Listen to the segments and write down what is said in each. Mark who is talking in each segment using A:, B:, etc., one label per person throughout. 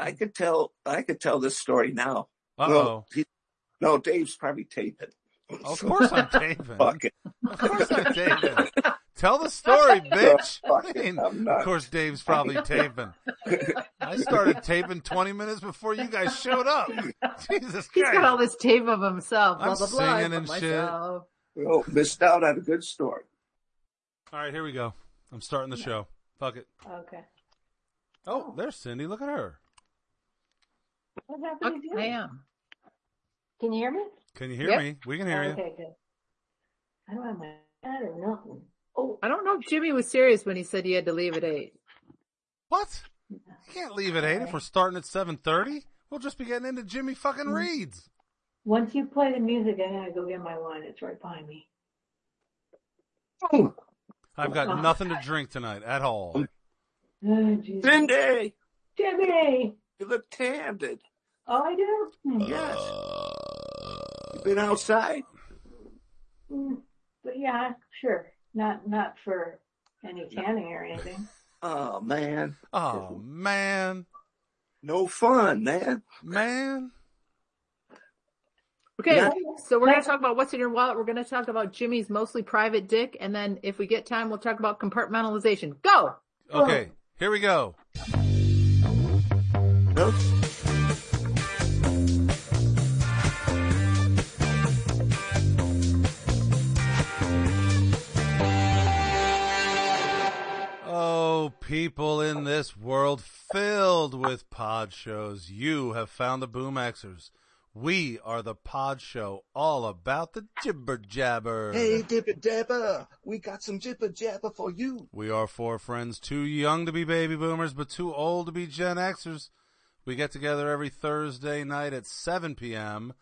A: I could tell. I could tell this story now.
B: Uh oh.
A: No, he, no, Dave's probably taping.
B: Of course I'm David.
A: Fuck it.
B: Of course I'm David. Tell the story, bitch.
A: No, fuck
B: I
A: it,
B: mean,
A: I'm
B: of
A: not.
B: course Dave's probably taping. I started taping 20 minutes before you guys showed up. Jesus
C: He's got all
B: Christ.
C: this tape of himself. Blah,
B: I'm
C: blah, blah.
B: singing
C: I
B: and
C: put
B: shit.
C: myself.
A: Oh, missed out on a good story.
B: All right, here we go. I'm starting the show. Fuck it.
D: Okay.
B: Oh, there's Cindy. Look at her.
D: What happened
C: Fuck,
D: to you?
C: I am.
D: Can you hear me?
B: Can you hear
C: Yep.
B: me? We can hear
D: Oh,
B: you.
D: Okay, good. I don't have my hat or nothing. Oh,
C: I don't know if Jimmy was serious when he said he had to leave at eight.
B: What? You can't leave at eight if we're starting at 7:30. We'll just be getting into Jimmy fucking
C: Mm-hmm.
B: Reeds.
D: once you play the music, I gotta go get my wine. It's right behind me.
B: I've
C: Uh-huh.
B: got nothing to drink tonight at all.
D: Oh, Jesus.
A: Cindy,
D: Jimmy!
A: you look tanned.
D: Oh, I do? Hmm.
A: Yes.
B: Uh,
A: you been outside?
D: Mm, But yeah, sure. Not not for any tanning or anything.
A: Oh man,
B: Oh man,
A: no fun, man.
B: man.
C: Okay,
A: Yeah.
C: so we're going to talk about what's in your wallet. We're going to talk about Jimmy's mostly private dick. And then if we get time, we'll talk about compartmentalization. Go!
B: Okay, here we go.
A: No.
B: Oh, people in this world filled with pod shows, you have found the Boomxers. We are the pod show all about the jibber jabber.
E: Hey, Dipper Dapper, we got some Jipper Japper for you.
B: We are four friends, too young to be baby boomers, but too old to be Gen Xers. We get together every Thursday night at 7 p.m.,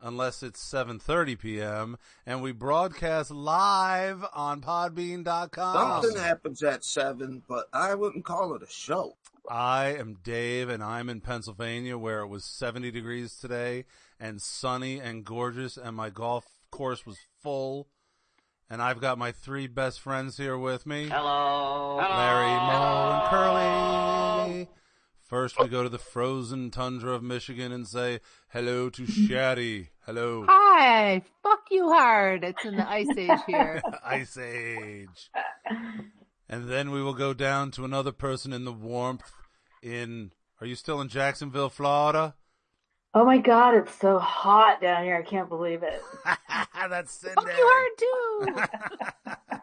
B: unless it's 7.30 p.m., and we broadcast live on podbean.com.
A: Something happens at seven, but I wouldn't call it a show.
B: I am Dave, and I'm in Pennsylvania, where it was 70 degrees today, and sunny and gorgeous, and my golf course was full. And I've got my three best friends here with me.
F: Hello.
B: Larry, Moe, and Curly. First, we go to the frozen tundra of Michigan and say hello to Shaddy. Hello,
C: Hi! Fuck you hard. It's in the ice age here.
B: Ice Age. And then we will go down to another person in the warmth. In are you still in Jacksonville, Florida?
D: Oh my god, it's so hot down here. I can't believe it.
B: That's Cindy.
C: Fuck you hard too!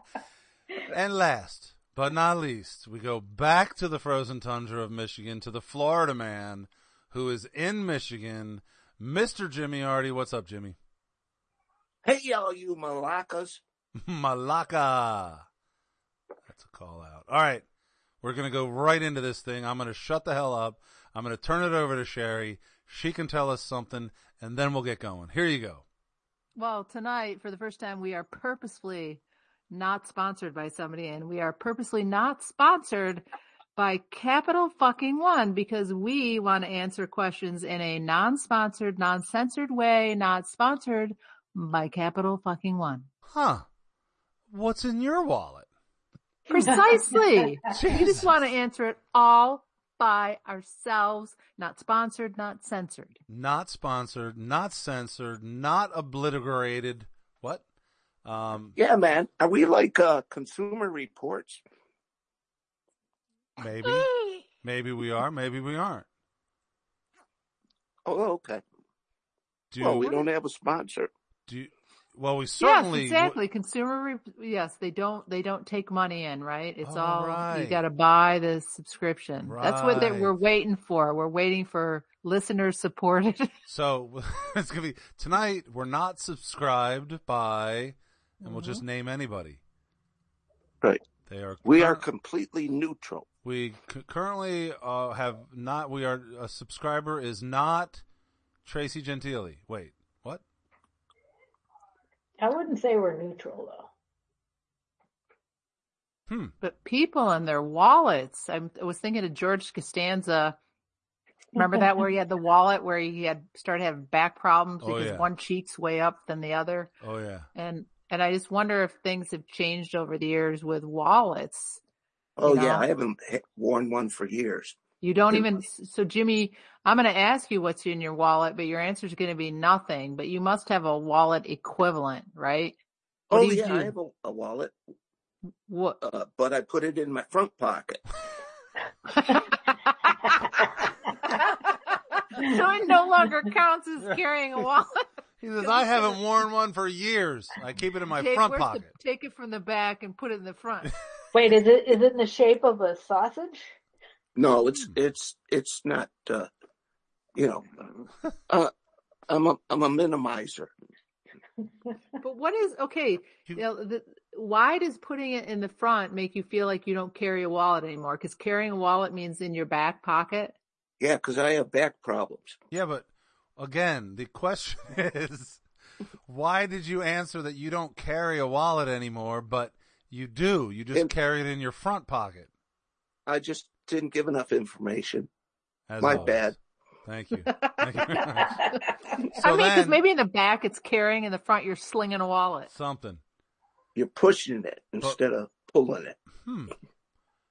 B: And last but not least, we go back to the frozen tundra of Michigan to the Florida man who is in Michigan, Mr. Jimmy Artie. What's up, Jimmy?
A: Hey, all you malacas.
B: Malaka. That's a call out. All right. We're going to go right into this thing. I'm going to shut the hell up. I'm going to turn it over to Sherry. She can tell us something and then we'll get going. Here you go.
C: Well, tonight, for the first time, we are purposefully not sponsored by somebody, and we are purposely not sponsored by Capital Fucking One because we want to answer questions in a non sponsored, non censored way, not sponsored by Capital Fucking One.
B: Huh. What's in your wallet?
C: Precisely. we
B: Jesus.
C: just want to answer it all by ourselves, not sponsored, not censored.
B: Not sponsored, not censored, not obliterated. What? Um,
A: Yeah, man. Are we like uh, Consumer Reports?
B: maybe, maybe we are, maybe we aren't.
A: Oh, okay.
B: Do,
A: well, we don't have a sponsor.
B: do, well, we certainly,
C: yes, exactly. Consumer, re- yes, they don't they don't take money in, right? It's
B: Oh,
C: all
B: right.
C: you got to buy the subscription. That's what they,
B: Right.
C: we're waiting for. We're waiting for listeners supported.
B: So it's gonna be tonight. We're not subscribed by, and we'll
C: Mm-hmm.
B: just name anybody.
A: Right.
B: They are.
A: We
B: cur-
A: are completely neutral.
B: We c- currently uh, have not. We are a subscriber is not Tracy Gentili. Wait, what?
D: I wouldn't say we're neutral though.
B: Hmm.
C: but people and their wallets. I'm, I was thinking of George Costanza. Remember that where he had the wallet where he had started having back problems
B: Oh,
C: because
B: yeah.
C: one cheek's way up than the other,
B: Oh yeah.
C: and and I just wonder if things have changed over the years with wallets.
A: Oh,
C: No.
A: yeah. I haven't h- worn one for years.
C: You don't even, so Jimmy, I'm going to ask you what's in your wallet, but your answer is going to be nothing, but you must have a wallet equivalent, right? What do
A: oh
C: you
A: yeah, I
C: do?
A: have a, a wallet,
C: What?
A: uh, but I put it in my front pocket.
C: so it no longer counts as carrying a wallet.
B: He says, I haven't worn one for years. I keep it in my
C: Jake,
B: front
C: where's the-
B: pocket.
C: take it from the back and put it in the front.
D: Wait, is it is it in the shape of a sausage?
A: No, it's
C: Hmm.
A: it's it's not. Uh, you know, uh, I'm a I'm a minimizer.
C: But what is okay?
B: You-
C: You know, the, why does putting it in the front make you feel like you don't carry a wallet anymore? Because carrying a wallet means in your back pocket.
A: Yeah, because I have back problems.
B: Yeah, but again, the question is why did you answer that you don't carry a wallet anymore, but you do? You just
A: And-
B: carry it in your front pocket.
A: I just didn't give enough information.
B: As
A: My
B: always.
A: bad.
B: Thank you. Thank you very much. So
C: I mean, because
B: then,
C: maybe in the back it's carrying, in the front you're slinging a wallet.
B: something.
A: You're pushing it instead of pulling it.
B: Hmm.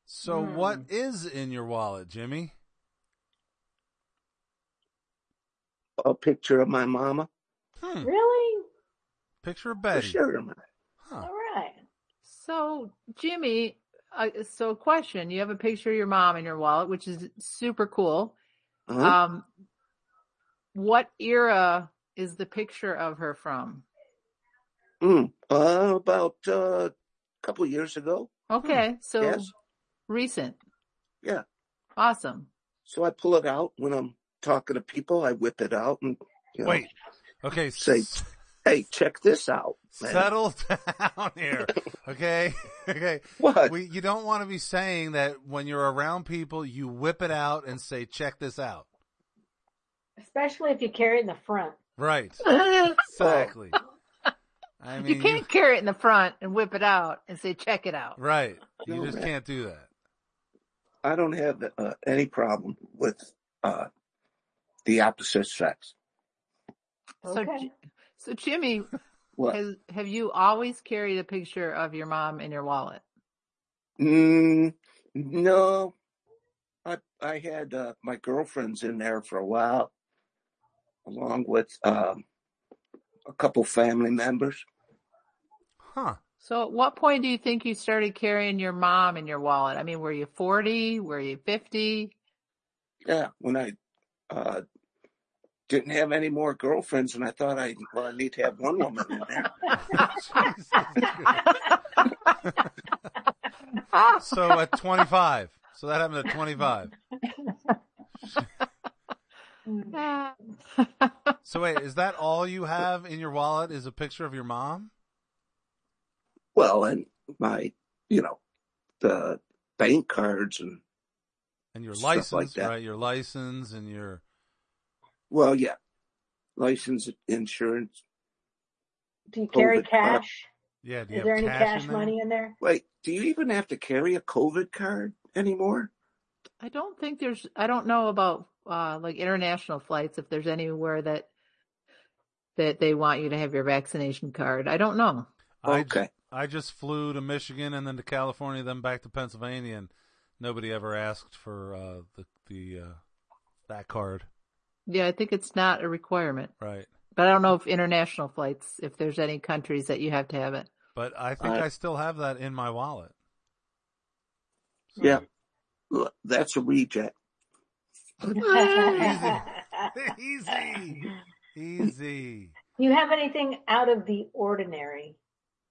B: So
C: Hmm.
B: what is in your wallet, Jimmy?
A: A picture of my mama,
B: Hmm.
D: Really?
B: Picture of
A: a
B: Betty.
A: shirt of mine.
B: Huh.
D: All right.
C: So, Jimmy, uh, so question: You have a picture of your mom in your wallet, which is super cool.
A: Huh?
C: Um, what era is the picture of her from?
A: Mm, uh, about uh, a couple years ago.
C: Okay, so
A: Hmm. Yes.
C: recent,
A: Yeah.
C: awesome.
A: So I pull it out when I'm talking to people. I whip it out and you know,
B: Wait. Okay. s-
A: Say- Hey, check this out, man.
B: settle down here. Okay. Okay.
A: What?
B: We, you don't want to be saying that when you're around people, you whip it out and say, check this out.
D: Especially if you carry it in the front.
B: Right.
A: Oh,
B: Exactly. I mean,
C: you can't carry it in the front and whip it out and say, "Check it out."
B: right. You
A: No,
B: just
A: man.
B: can't do that.
A: I don't have uh, any problem with uh, the opposite sex.
C: So,
D: Okay.
C: Ji- so Jimmy,
A: What?
C: has, have you always carried a picture of your mom in your wallet?
A: Mm, no, I I had uh, my girlfriends in there for a while, along with um, a couple family members.
B: Huh.
C: So, at what point do you think you started carrying your mom in your wallet? I mean, were you forty? Were you fifty?
A: Yeah, when I uh, didn't have any more girlfriends, and I thought I well, I need to have one woman in there.
B: Jesus Christ. so at 25. So that happened at 25.
D: Mm.
C: Ah.
B: So wait, is that all you have in your wallet is a picture of your mom?
A: Well, and my you know the bank cards and
B: And your
A: Stuff like
B: license,
A: that.
B: right? Your license and your
A: well, yeah, license, insurance.
D: Do you carry
A: COVID card.
D: cash?
B: yeah. Do you have
D: Is there any
B: cash,
D: cash
B: in there?
D: money in there?
A: Wait, do you even have to carry a COVID card anymore?
C: I don't think there's. I don't know about uh, like international flights if there's anywhere that that they want you to have your vaccination card. I don't know.
B: I,
A: okay.
B: I just flew to Michigan and then to California, then back to Pennsylvania, and nobody ever asked for uh, the the uh, that card,
C: Yeah, I think it's not a requirement,
B: right?
C: but I don't know if international flights, if there's any countries that you have to have it.
B: But I think
A: Uh,
B: I still have that in my wallet.
A: Yeah. Look, that's a reject.
B: Easy, easy.
D: Do you have anything out of the ordinary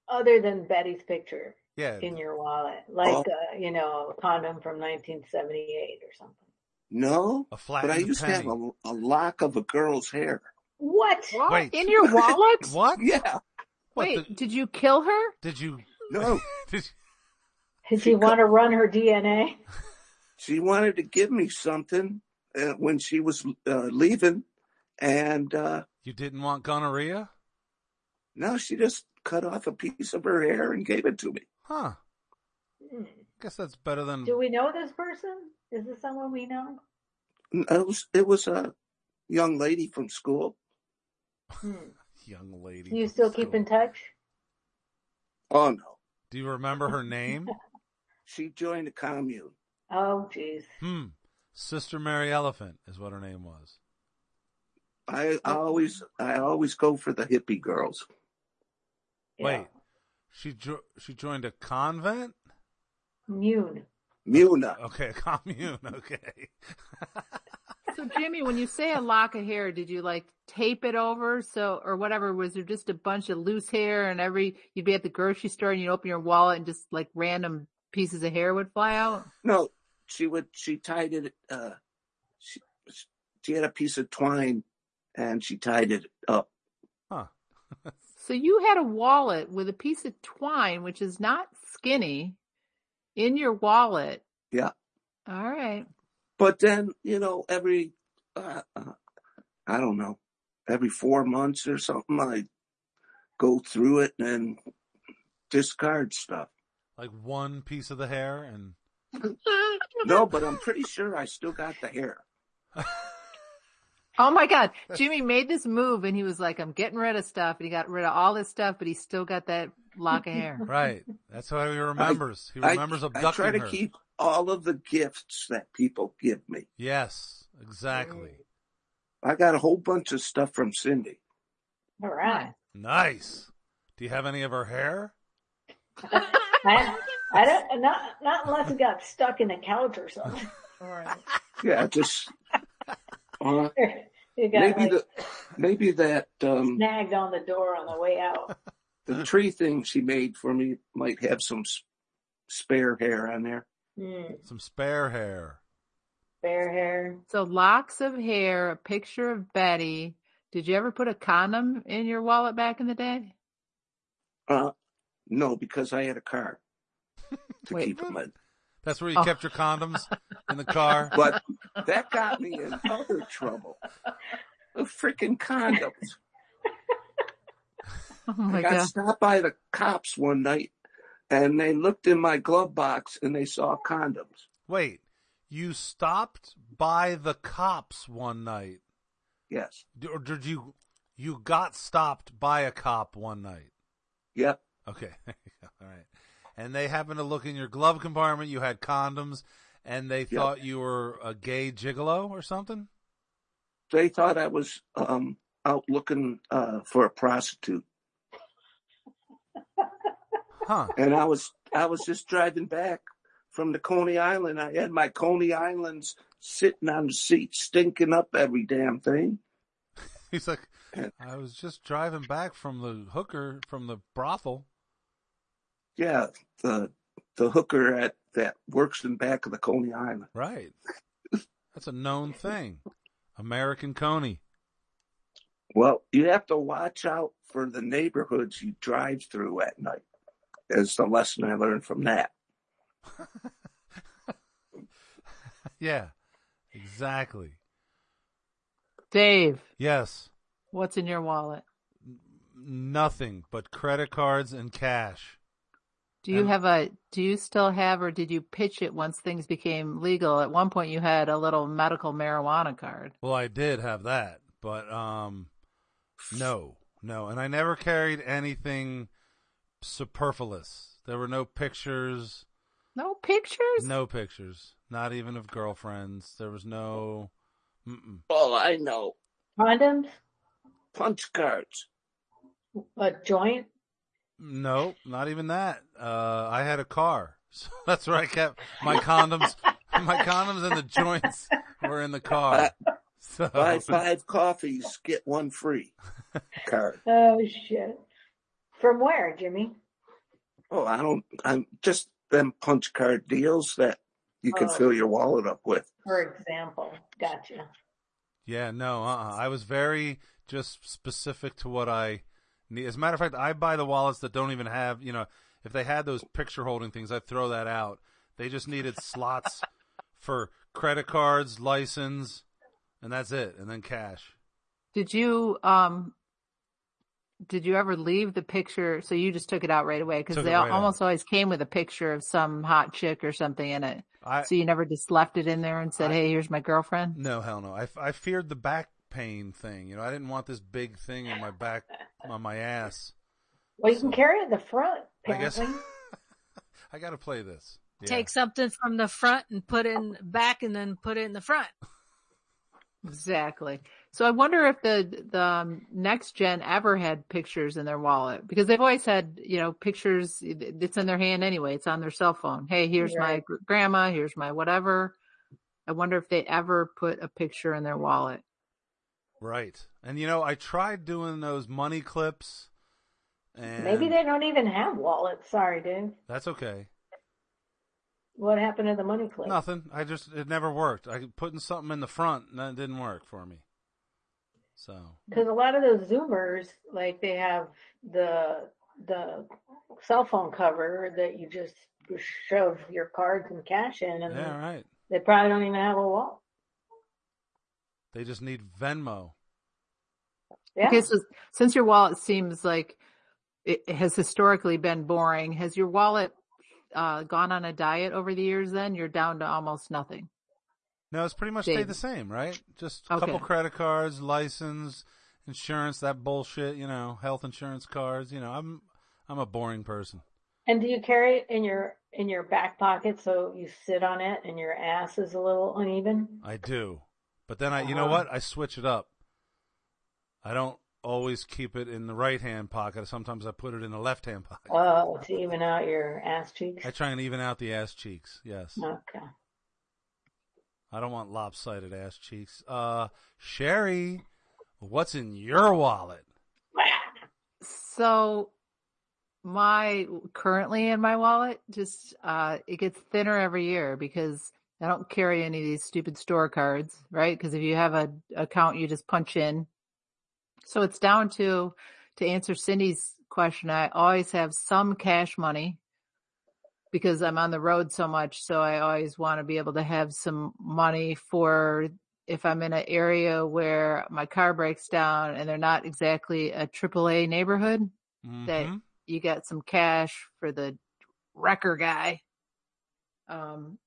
D: other than Betty's picture
B: Yeah,
D: in your wallet? Like,
A: Oh.
D: uh, you know, a condom from 1978 or something.
A: No,
B: a flat
A: but I
B: and a
A: used to have
B: penny.
A: a, a lock of a girl's hair.
D: What?
C: What
B: Wait.
C: in your wallet?
B: What?
A: Yeah.
B: What
C: Wait,
B: the-
C: did you kill her?
B: did you?
A: No,
B: Did you-
D: Did she want to run her DNA?
A: she wanted to give me something uh, when she was uh, leaving, and uh,
B: you didn't want gonorrhea?
A: no, she just cut off a piece of her hair and gave it to me.
B: Huh?
D: Hmm.
B: Guess that's better than
D: Do we know this person? Is this someone we know?
A: And It was it was a young lady from school.
D: Hmm.
B: young lady.
D: Do you
B: from
D: still keep
B: school.
D: in touch?
A: Oh no,
B: Do you remember her name?
A: she joined the commune.
D: Oh, geez.
B: Hmm. Sister Mary Elephant is what her name was.
A: I, I always I always go for the hippie girls.
B: Wait, she jo- she joined a convent.
D: Noon.
A: Muna.
B: Okay, a commune. Okay.
C: So Jimmy, when you say a lock of hair, did you like tape it over so or whatever? Was there just a bunch of loose hair and every you'd be at the grocery store and you'd open your wallet and just like random pieces of hair would fly out?
A: No, she would. She tied it. Uh, she she had a piece of twine, and she tied it up.
B: Huh.
C: So you had a wallet with a piece of twine, which is not skinny, in your wallet.
A: Yeah.
C: All right.
A: But then you know every, uh, uh, I don't know, every four months or something, I go through it and discard stuff.
B: Like one piece of the hair and
A: No, but I'm pretty sure I still got the hair.
C: Oh my God. Jimmy made this move and he was like, I'm getting rid of stuff. And he got rid of all this stuff, but he still got that lock of hair.
B: right. That's how he remembers. he remembers
A: I,
B: abducting
A: I try to
B: her.
A: keep all of the gifts that people give me.
B: Yes, exactly.
A: I got a whole bunch of stuff from Cindy.
D: All right.
B: Nice. Do you have any of her hair?
D: I, I don't, not, not unless it got stuck in the couch or something.
C: All right.
A: Yeah, just uh,
D: It got
A: maybe
D: like,
A: the maybe that um,
D: snagged on the door on the way out.
A: the tree thing she made for me might have some s- spare hair on there.
D: Mm,
B: Some spare hair.
D: bare hair.
C: So locks of hair, a picture of Betty. Did you ever put a condom in your wallet back in the day?
A: Uh, no, because I had a car to
C: Wait.
A: keep them in.
B: That's where you
C: Oh.
B: kept your condoms in the car.
A: But that got me in other trouble. The freaking condoms.
C: Oh my
A: I got
C: God.
A: stopped by the cops one night, and they looked in my glove box and they saw condoms.
B: Wait, you stopped by the cops one night,
A: Yes.
B: D- or did you? You got stopped by a cop one night.
A: Yep.
B: Okay, all right. And they happened to look in your glove compartment. You had condoms, and they thought you were a gay gigolo or something.
A: They thought I was um, out looking uh, for a prostitute.
B: Huh?
A: and I was I was just driving back from the Coney Island. I had my Coney Islands sitting on the seat, stinking up every damn thing.
B: He's like, I was just driving back from the hooker from the brothel.
A: Yeah, the the hooker at that works in back of the Coney Island.
B: Right. That's a known thing. American Coney.
A: Well, you have to watch out for the neighborhoods you drive through at night. Is the lesson I learned from that.
B: Yeah, exactly.
C: Dave,
B: Yes,
C: what's in your wallet?
B: nothing but credit cards and cash.
C: Do you
B: And-
C: have a, do you still have, or did you pitch it once things became legal? At one point you had a little medical marijuana card.
B: Well, I did have that, but um, no, no, and I never carried anything superfluous. There were no pictures,
C: No pictures?
B: no pictures, not even of girlfriends. There was no. Mm-mm.
A: All I know,
D: Condoms?
A: punch cards.
D: A joint?
B: No, not even that. Uh, I had a car, so that's where I kept my condoms. my condoms and the joints were in the car. So
A: Buy five coffees, get one free. Card.
D: Oh, shit. From where, Jimmy?
A: Oh, I don't. I'm just them punch card deals that you can
D: Oh.
A: fill your wallet up with.
D: For example. Gotcha.
B: yeah, no, uh-uh. I was very just specific to what I need. As a matter of fact, I buy the wallets that don't even have. You know, if they had those picture holding things, I'd throw that out. They just needed slots for credit cards, license, and that's it, and then cash.
C: Did you um did you ever leave the picture? So you just took it out right away because
B: Took
C: they
B: it right
C: almost always came with a picture of some hot chick or something in it.
B: I
C: so you never just left it in there and said,
B: I-
C: "Hey, here's my girlfriend."
B: No, hell no. I, I feared the back pain thing. You know, I didn't want this big thing on my back, on my ass.
D: Well, you can carry it in the front,
B: I guess
D: apparently.
B: I got to play this. Yeah.
F: Take something from the front and put it in back and then put it in the front.
C: Exactly. So I wonder if the the um, next gen ever had pictures in their wallet because they've always had you know pictures. It's in their hand anyway. It's on their cell phone. Hey, here's my
D: Right.
C: gr- grandma. Here's my whatever. I wonder if they ever put a picture in their wallet.
B: Right. And you know, I tried doing those money clips and
D: Maybe they don't even have wallets. Sorry, dude.
B: That's okay.
D: What happened to the money clip?
B: Nothing. I just it never worked. I putting something in the front and that didn't work for me. So
D: Because a lot of those Zoomers, like they have the the cell phone cover that you just shove your cards and cash in, and
B: yeah, all right.
D: they probably don't even have a wallet.
B: They just need Venmo.
D: Yeah.
C: Okay, so since your wallet seems like it it has historically been boring, has your wallet uh, gone on a diet over the years? Then you're down to almost nothing.
B: No, it's pretty much
C: Dave.
B: stayed the same, right? Just a
C: Okay.
B: couple credit cards, license, insurance, that bullshit. You know, health insurance cards. You know, I'm I'm a boring person.
D: And do you carry it in your in your back pocket so you sit on it and your ass is a little uneven?
B: I do, but then I, you know
D: Uh-huh.
B: what? I switch it up. I don't always keep it in the right hand pocket. Sometimes I put it in the left hand pocket.
D: Oh, to even out your ass cheeks.
B: I try and even out the ass cheeks. Yes.
D: Okay.
B: I don't want lopsided ass cheeks. Uh, Sherry, what's in your wallet?
C: So my currently in my wallet just uh it gets thinner every year because I don't carry any of these stupid store cards, right? Because if you have a account you just punch in. So it's down to to answer Cindy's question, I always have some cash money because I'm on the road so much, so I always want to be able to have some money for if I'm in an area where my car breaks down and they're not exactly a AAA neighborhood
B: Mhm.
C: you got some cash for the wrecker guy um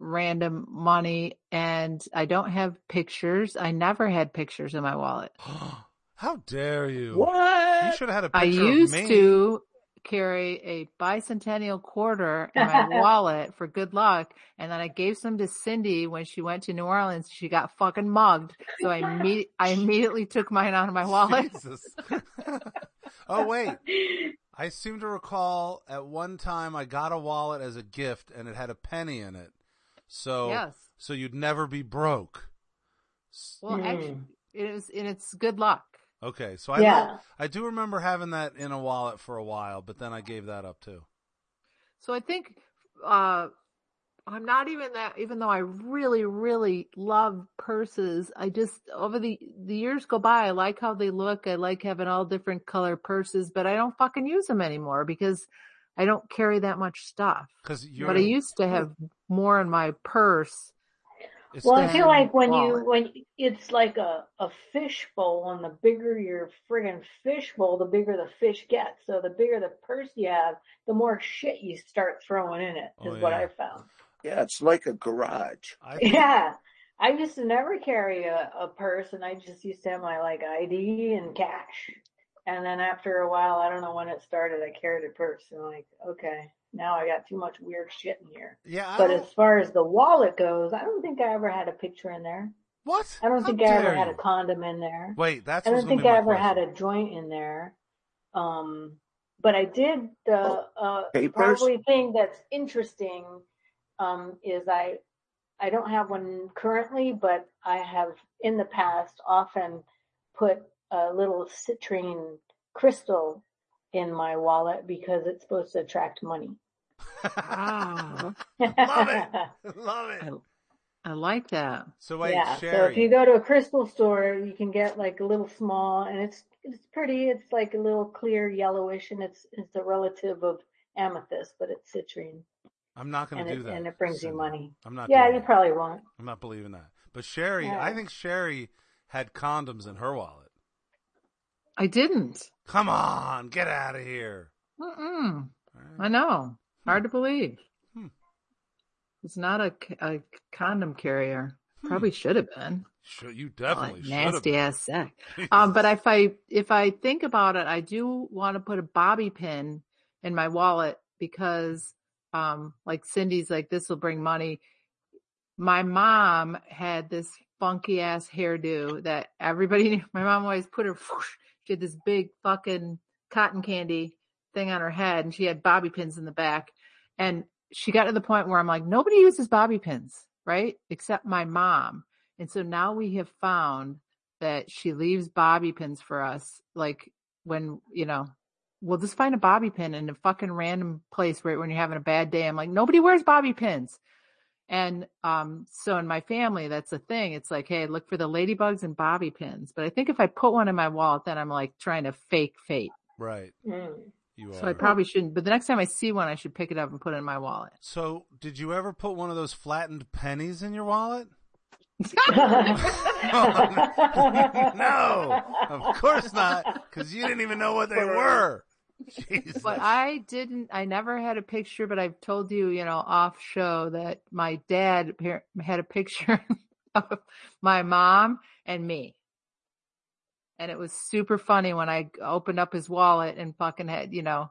C: random money and i don't have pictures i never had pictures in my wallet
B: How dare you? You
A: What?
B: should have had a picture
C: i used
B: of me.
C: to carry a bicentennial quarter in my wallet for good luck and then i gave some to cindy when she went to new orleans she got fucking mugged so i imme- i immediately took mine out of my wallet
B: Jesus. oh wait, I seem to recall at one time I got a wallet as a gift and it had a penny in it. So
C: yes
B: so you'd never be broke. S-
C: well
D: Hmm.
C: actually it was and it's good luck
B: Okay, so I
D: Yeah.
B: I do remember having that in a wallet for a while, but then I gave that up too.
C: So I think uh, I'm not even that. Even though I really, really love purses, I just over the the years go by. I like how they look. I like having all different color purses, but I don't fucking use them anymore because I don't carry that much stuff.
B: Cuz you're
C: But I used to have more in my purse.
B: it's
D: Well, I
C: the
D: feel like when you
C: wallet.
D: when it's like a a fish bowl, and the bigger your friggin' fish bowl, the bigger the fish gets. So the bigger the purse you have, the more shit you start throwing in it. Is
B: Oh,
D: what
B: yeah.
D: I found.
A: Yeah, it's like a garage.
B: I think-
D: Yeah. I used to never carry a, a purse and I just used to have my like ID and cash. And then after a while, I don't know when it started, I carried a purse and like, okay, now I got too much weird shit in here.
B: yeah, I
D: But
B: don't-
D: as far as the wallet goes, I don't think I ever had a picture in there.
B: what?
D: I don't
B: How
D: think I ever
B: dare
D: had a
B: you.
D: condom in there.
B: Wait, that's
D: I
B: what's
D: don't
B: gonna
D: think
B: be
D: I
B: my
D: ever had
B: question.
D: a joint in there. Um, but I did the uh,
A: papers?
D: probably thing that's interesting um, is I I don't have one currently, but I have in the past often put a little citrine crystal in my wallet because it's supposed to attract money.
C: Wow,
B: Love it. Love it.
C: Ah. I, I like that.
B: So wait,
D: yeah. So
B: Sherry.
D: if you go to a crystal store, you can get like a little small, and it's it's pretty. It's like a little clear yellowish, and it's it's a relative of amethyst, but it's citrine,
B: I'm not going
D: and
B: to do
D: it
B: that.
D: and it brings you
B: Cindy.
D: money.
B: I'm not.
D: Yeah,
B: doing
D: you
B: that.
D: probably won't.
B: I'm not believing that. But Sherry,
D: Yeah.
B: I think Sherry had condoms in her wallet.
C: I didn't.
B: Come on, get out of here.
C: Mm-mm.
B: All
C: I
B: right.
C: know. Hard to believe.
B: Hmm.
C: It's not a, c- a condom carrier.
B: Hmm.
C: Probably should have been.
B: Sure, you
C: All
B: definitely
C: that
B: should have.
C: Oh, nasty
B: been.
C: ass sack.
B: Jesus.
C: Um, but if I if I think about it, I do want to put a bobby pin in my wallet because um, like Cindy's like, this will bring money. My mom had this funky ass hairdo that everybody knew. My mom always put her, she had this big fucking cotton candy thing on her head and she had bobby pins in the back. And she got to the point where I'm like, nobody uses bobby pins, right? Except my mom. And so now we have found that she leaves bobby pins for us. Like when, you know, we'll just find a bobby pin in a fucking random place right when you're having a bad day. I'm like, nobody wears bobby pins. And um, so in my family, that's a thing. It's like, hey, look for the ladybugs and bobby pins. But I think if I put one in my wallet, then I'm like trying to fake fate.
B: Right.
D: Mm.
B: You
C: So
B: are.
C: I probably shouldn't. But the next time I see one, I should pick it up and put it in my wallet.
B: so did you ever put one of those flattened pennies in your wallet? Oh, no, of course not, because you didn't even know what they were. Jesus.
C: But I didn't, I never had a picture, but I've told you, you know, off show that my dad appar- had a picture of my mom and me. And it was super funny when I opened up his wallet and fucking had, you know,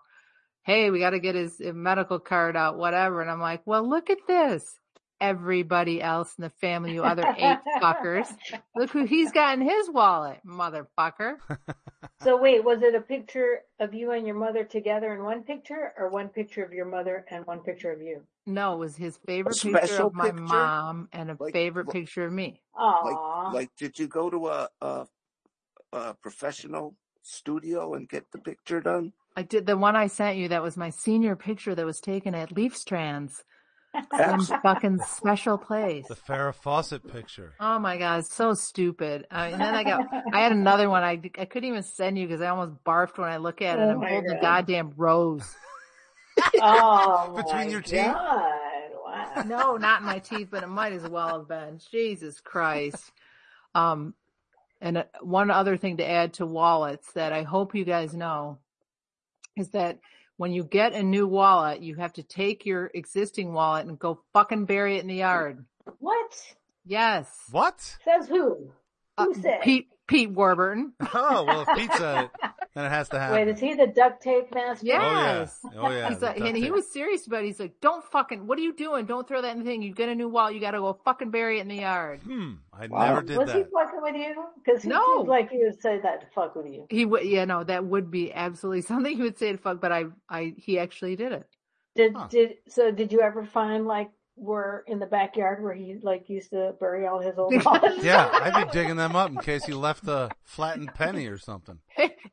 C: hey, we got to get his uh, medical card out, whatever. And I'm like, well, look at this. Everybody else in the family, you other eight fuckers. Look who he's got in his wallet, motherfucker.
D: So wait, was it a picture of you and your mother together in one picture, or one picture of your mother and one picture of you?
C: No, it was his favorite picture
A: special
C: of my
A: picture?
C: mom and a
A: Like-
C: favorite
A: like-
C: picture of me.
D: Aww.
A: Like, like, did you go to a, a a professional studio and get the picture done?
C: I did the one I sent you. That was my senior picture that was taken at Leaf Strands, some
A: That's
C: fucking special place.
B: the Farrah Fawcett picture.
C: Oh my god, it's so stupid. I, and then I got, I had another one. I I couldn't even send you because I almost barfed when I look at it.
D: Oh
C: I'm
D: my
C: holding a
D: God.
C: goddamn rose.
D: oh
B: Between
D: my
B: your teeth?
D: God. Wow.
C: No, not in my teeth, but it might as well have been. Jesus Christ. Um, and uh, one other thing to add to wallets that I hope you guys know is that when you get a new wallet, you have to take your existing wallet and go fucking bury it in the yard.
D: What
C: Yes.
B: What?
D: says who? Who
C: Uh,
D: said?
C: Pete, Pete Warburton.
B: Oh well, if Pete said it, then it has to happen.
D: Wait, is he the duct tape master?
C: Yes.
B: Oh yeah. Oh yeah.
C: He's
B: the
C: like,
B: duct
C: and he
B: tape.
C: was serious about it. He's like, don't fucking, what are you doing? Don't throw that in the thing. You get a new wallet. You got to go fucking bury it in the yard.
B: Hmm. I
A: Wow.
B: never did
D: was he
B: that.
D: fucking with you? Because he
C: No.
D: seems like he would say that to fuck with you.
C: He would, yeah, no, that would be absolutely something he would say to fuck, but I, I, he actually did it.
D: Did
B: Huh.
D: did so? Did you ever find like were in the backyard where he like used to bury all his old wallets?
B: Yeah, I'd be digging them up in case he left a flattened penny or something.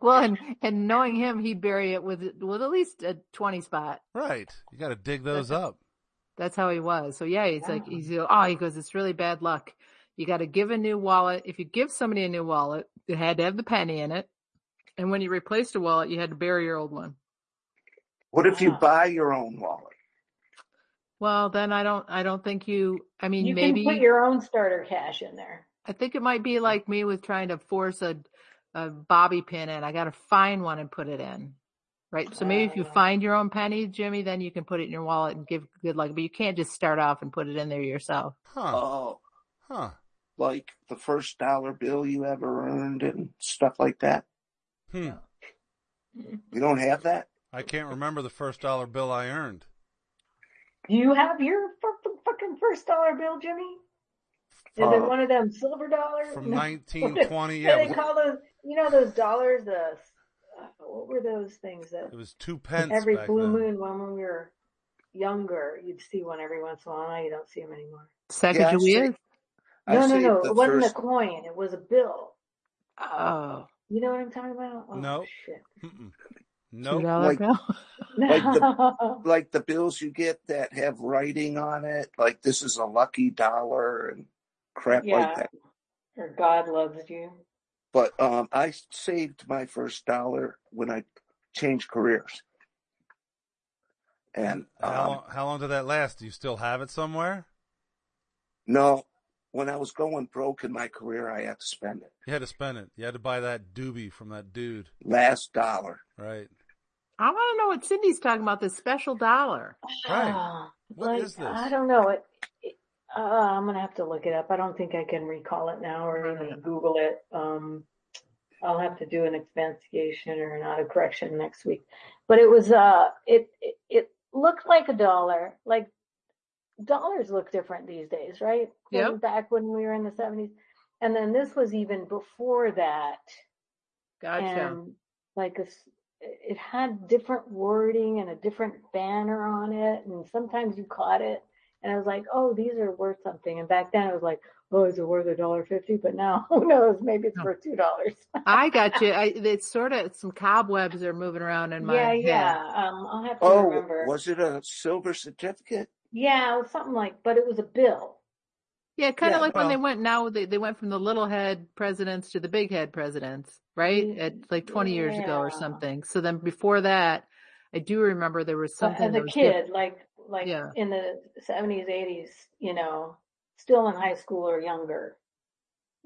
C: well, and, and knowing him, he'd bury it with, with at least a 20 spot.
B: Right. You got to dig those up.
C: That's how he was. So yeah, he's like,
D: Wow.
C: he's, oh, he goes, it's really bad luck. You got to give a new wallet. If you give somebody a new wallet, it had to have the penny in it. And when you replaced a wallet, you had to bury your old one.
A: What if you
D: Wow.
A: buy your own wallet?
C: Well, then I don't, I don't think you, I mean,
D: You
C: maybe.
D: can put your own starter cash in there.
C: I think it might be like me with trying to force a a bobby pin in. I got to find one and put it in. Right. So maybe if you
D: Uh,
C: find your own penny, Jimmy, then you can put it in your wallet and give good luck. But you can't just start off and put it in there yourself.
B: Huh.
A: Oh,
B: Huh.
A: like the first dollar bill you ever earned and stuff like that.
B: Hmm.
A: You don't have that?
B: I can't remember the first dollar bill I earned.
D: Do you have your fucking, fucking first dollar bill, Jimmy? Is it
A: Uh,
D: one of them silver dollars?
B: From
D: No.
B: 1920,
D: What
B: yeah,
D: do
B: it
D: they
B: was,
D: call those? You know those dollars? The uh, what were those things that
B: it was two pence
D: every
B: back
D: blue
B: then.
D: moon when we were younger you'd see one every once in a while. Now you don't see them anymore.
A: Yeah, I see.
C: Sacagawea.
A: I
D: No, no,
A: saved
D: no.
A: the
D: It wasn't a
A: first.
D: coin. It was a bill.
C: Oh,
D: You know what I'm talking about? Oh
B: No.
D: shit.
B: Mm-mm.
C: two
B: Nope.
C: dollar
A: Like-
C: bill.
D: No.
A: Like Like the bills you get that have writing on it, like this is a lucky dollar and crap like
D: yeah.
A: that.
D: Or God loves you.
A: But um, I saved my first dollar when I changed careers. And
B: How
A: um,
D: Oh.
B: long, how long did that last? Do you still have it somewhere?
A: no, when I was going broke in my career, I had to spend it.
B: You had to spend it. You had to buy that doobie from that dude,
A: Last dollar.
B: right?
C: I want to know what Cindy's talking about. This special dollar.
B: Right.
D: Ah,
B: What
D: like,
B: is this?
D: I don't know. It, it, uh, I'm gonna have to look it up. I don't think I can recall it now or
C: No, no,
D: even Google it. Um, I'll have to do an investigation or an auto correction next week. But it was uh, it it, it looked like a dollar. Like dollars look different these days, right?
C: Yep.
D: Going Back when we were in the 70s. And then this was even before that.
C: Gotcha.
D: And like a s it had different wording and a different banner on it. And sometimes you caught it. And I was like, oh, these are worth something. And back then I was like, oh, is it worth a dollar fifty? But now who knows? Maybe it's
C: No.
D: worth two dollars.
C: I got you. I, it's sort of some cobwebs are moving around in my
D: Yeah,
C: head.
D: yeah. Um, I'll have to
A: Oh,
D: remember.
A: was it a silver certificate?
D: Yeah, it was something like, but it was a bill.
C: Yeah, kind of
D: Yeah.
C: like when they
B: Well-
C: went now they, they went from the little head presidents to the big head presidents, right? At like 20 years ago or
D: Yeah.
C: something. So then before that, I do remember there was
D: Uh,
C: something
D: as
C: that
D: a
C: was diff-
D: kid, like like
C: Yeah.
D: in the seventies, eighties, you know, still in high school or younger.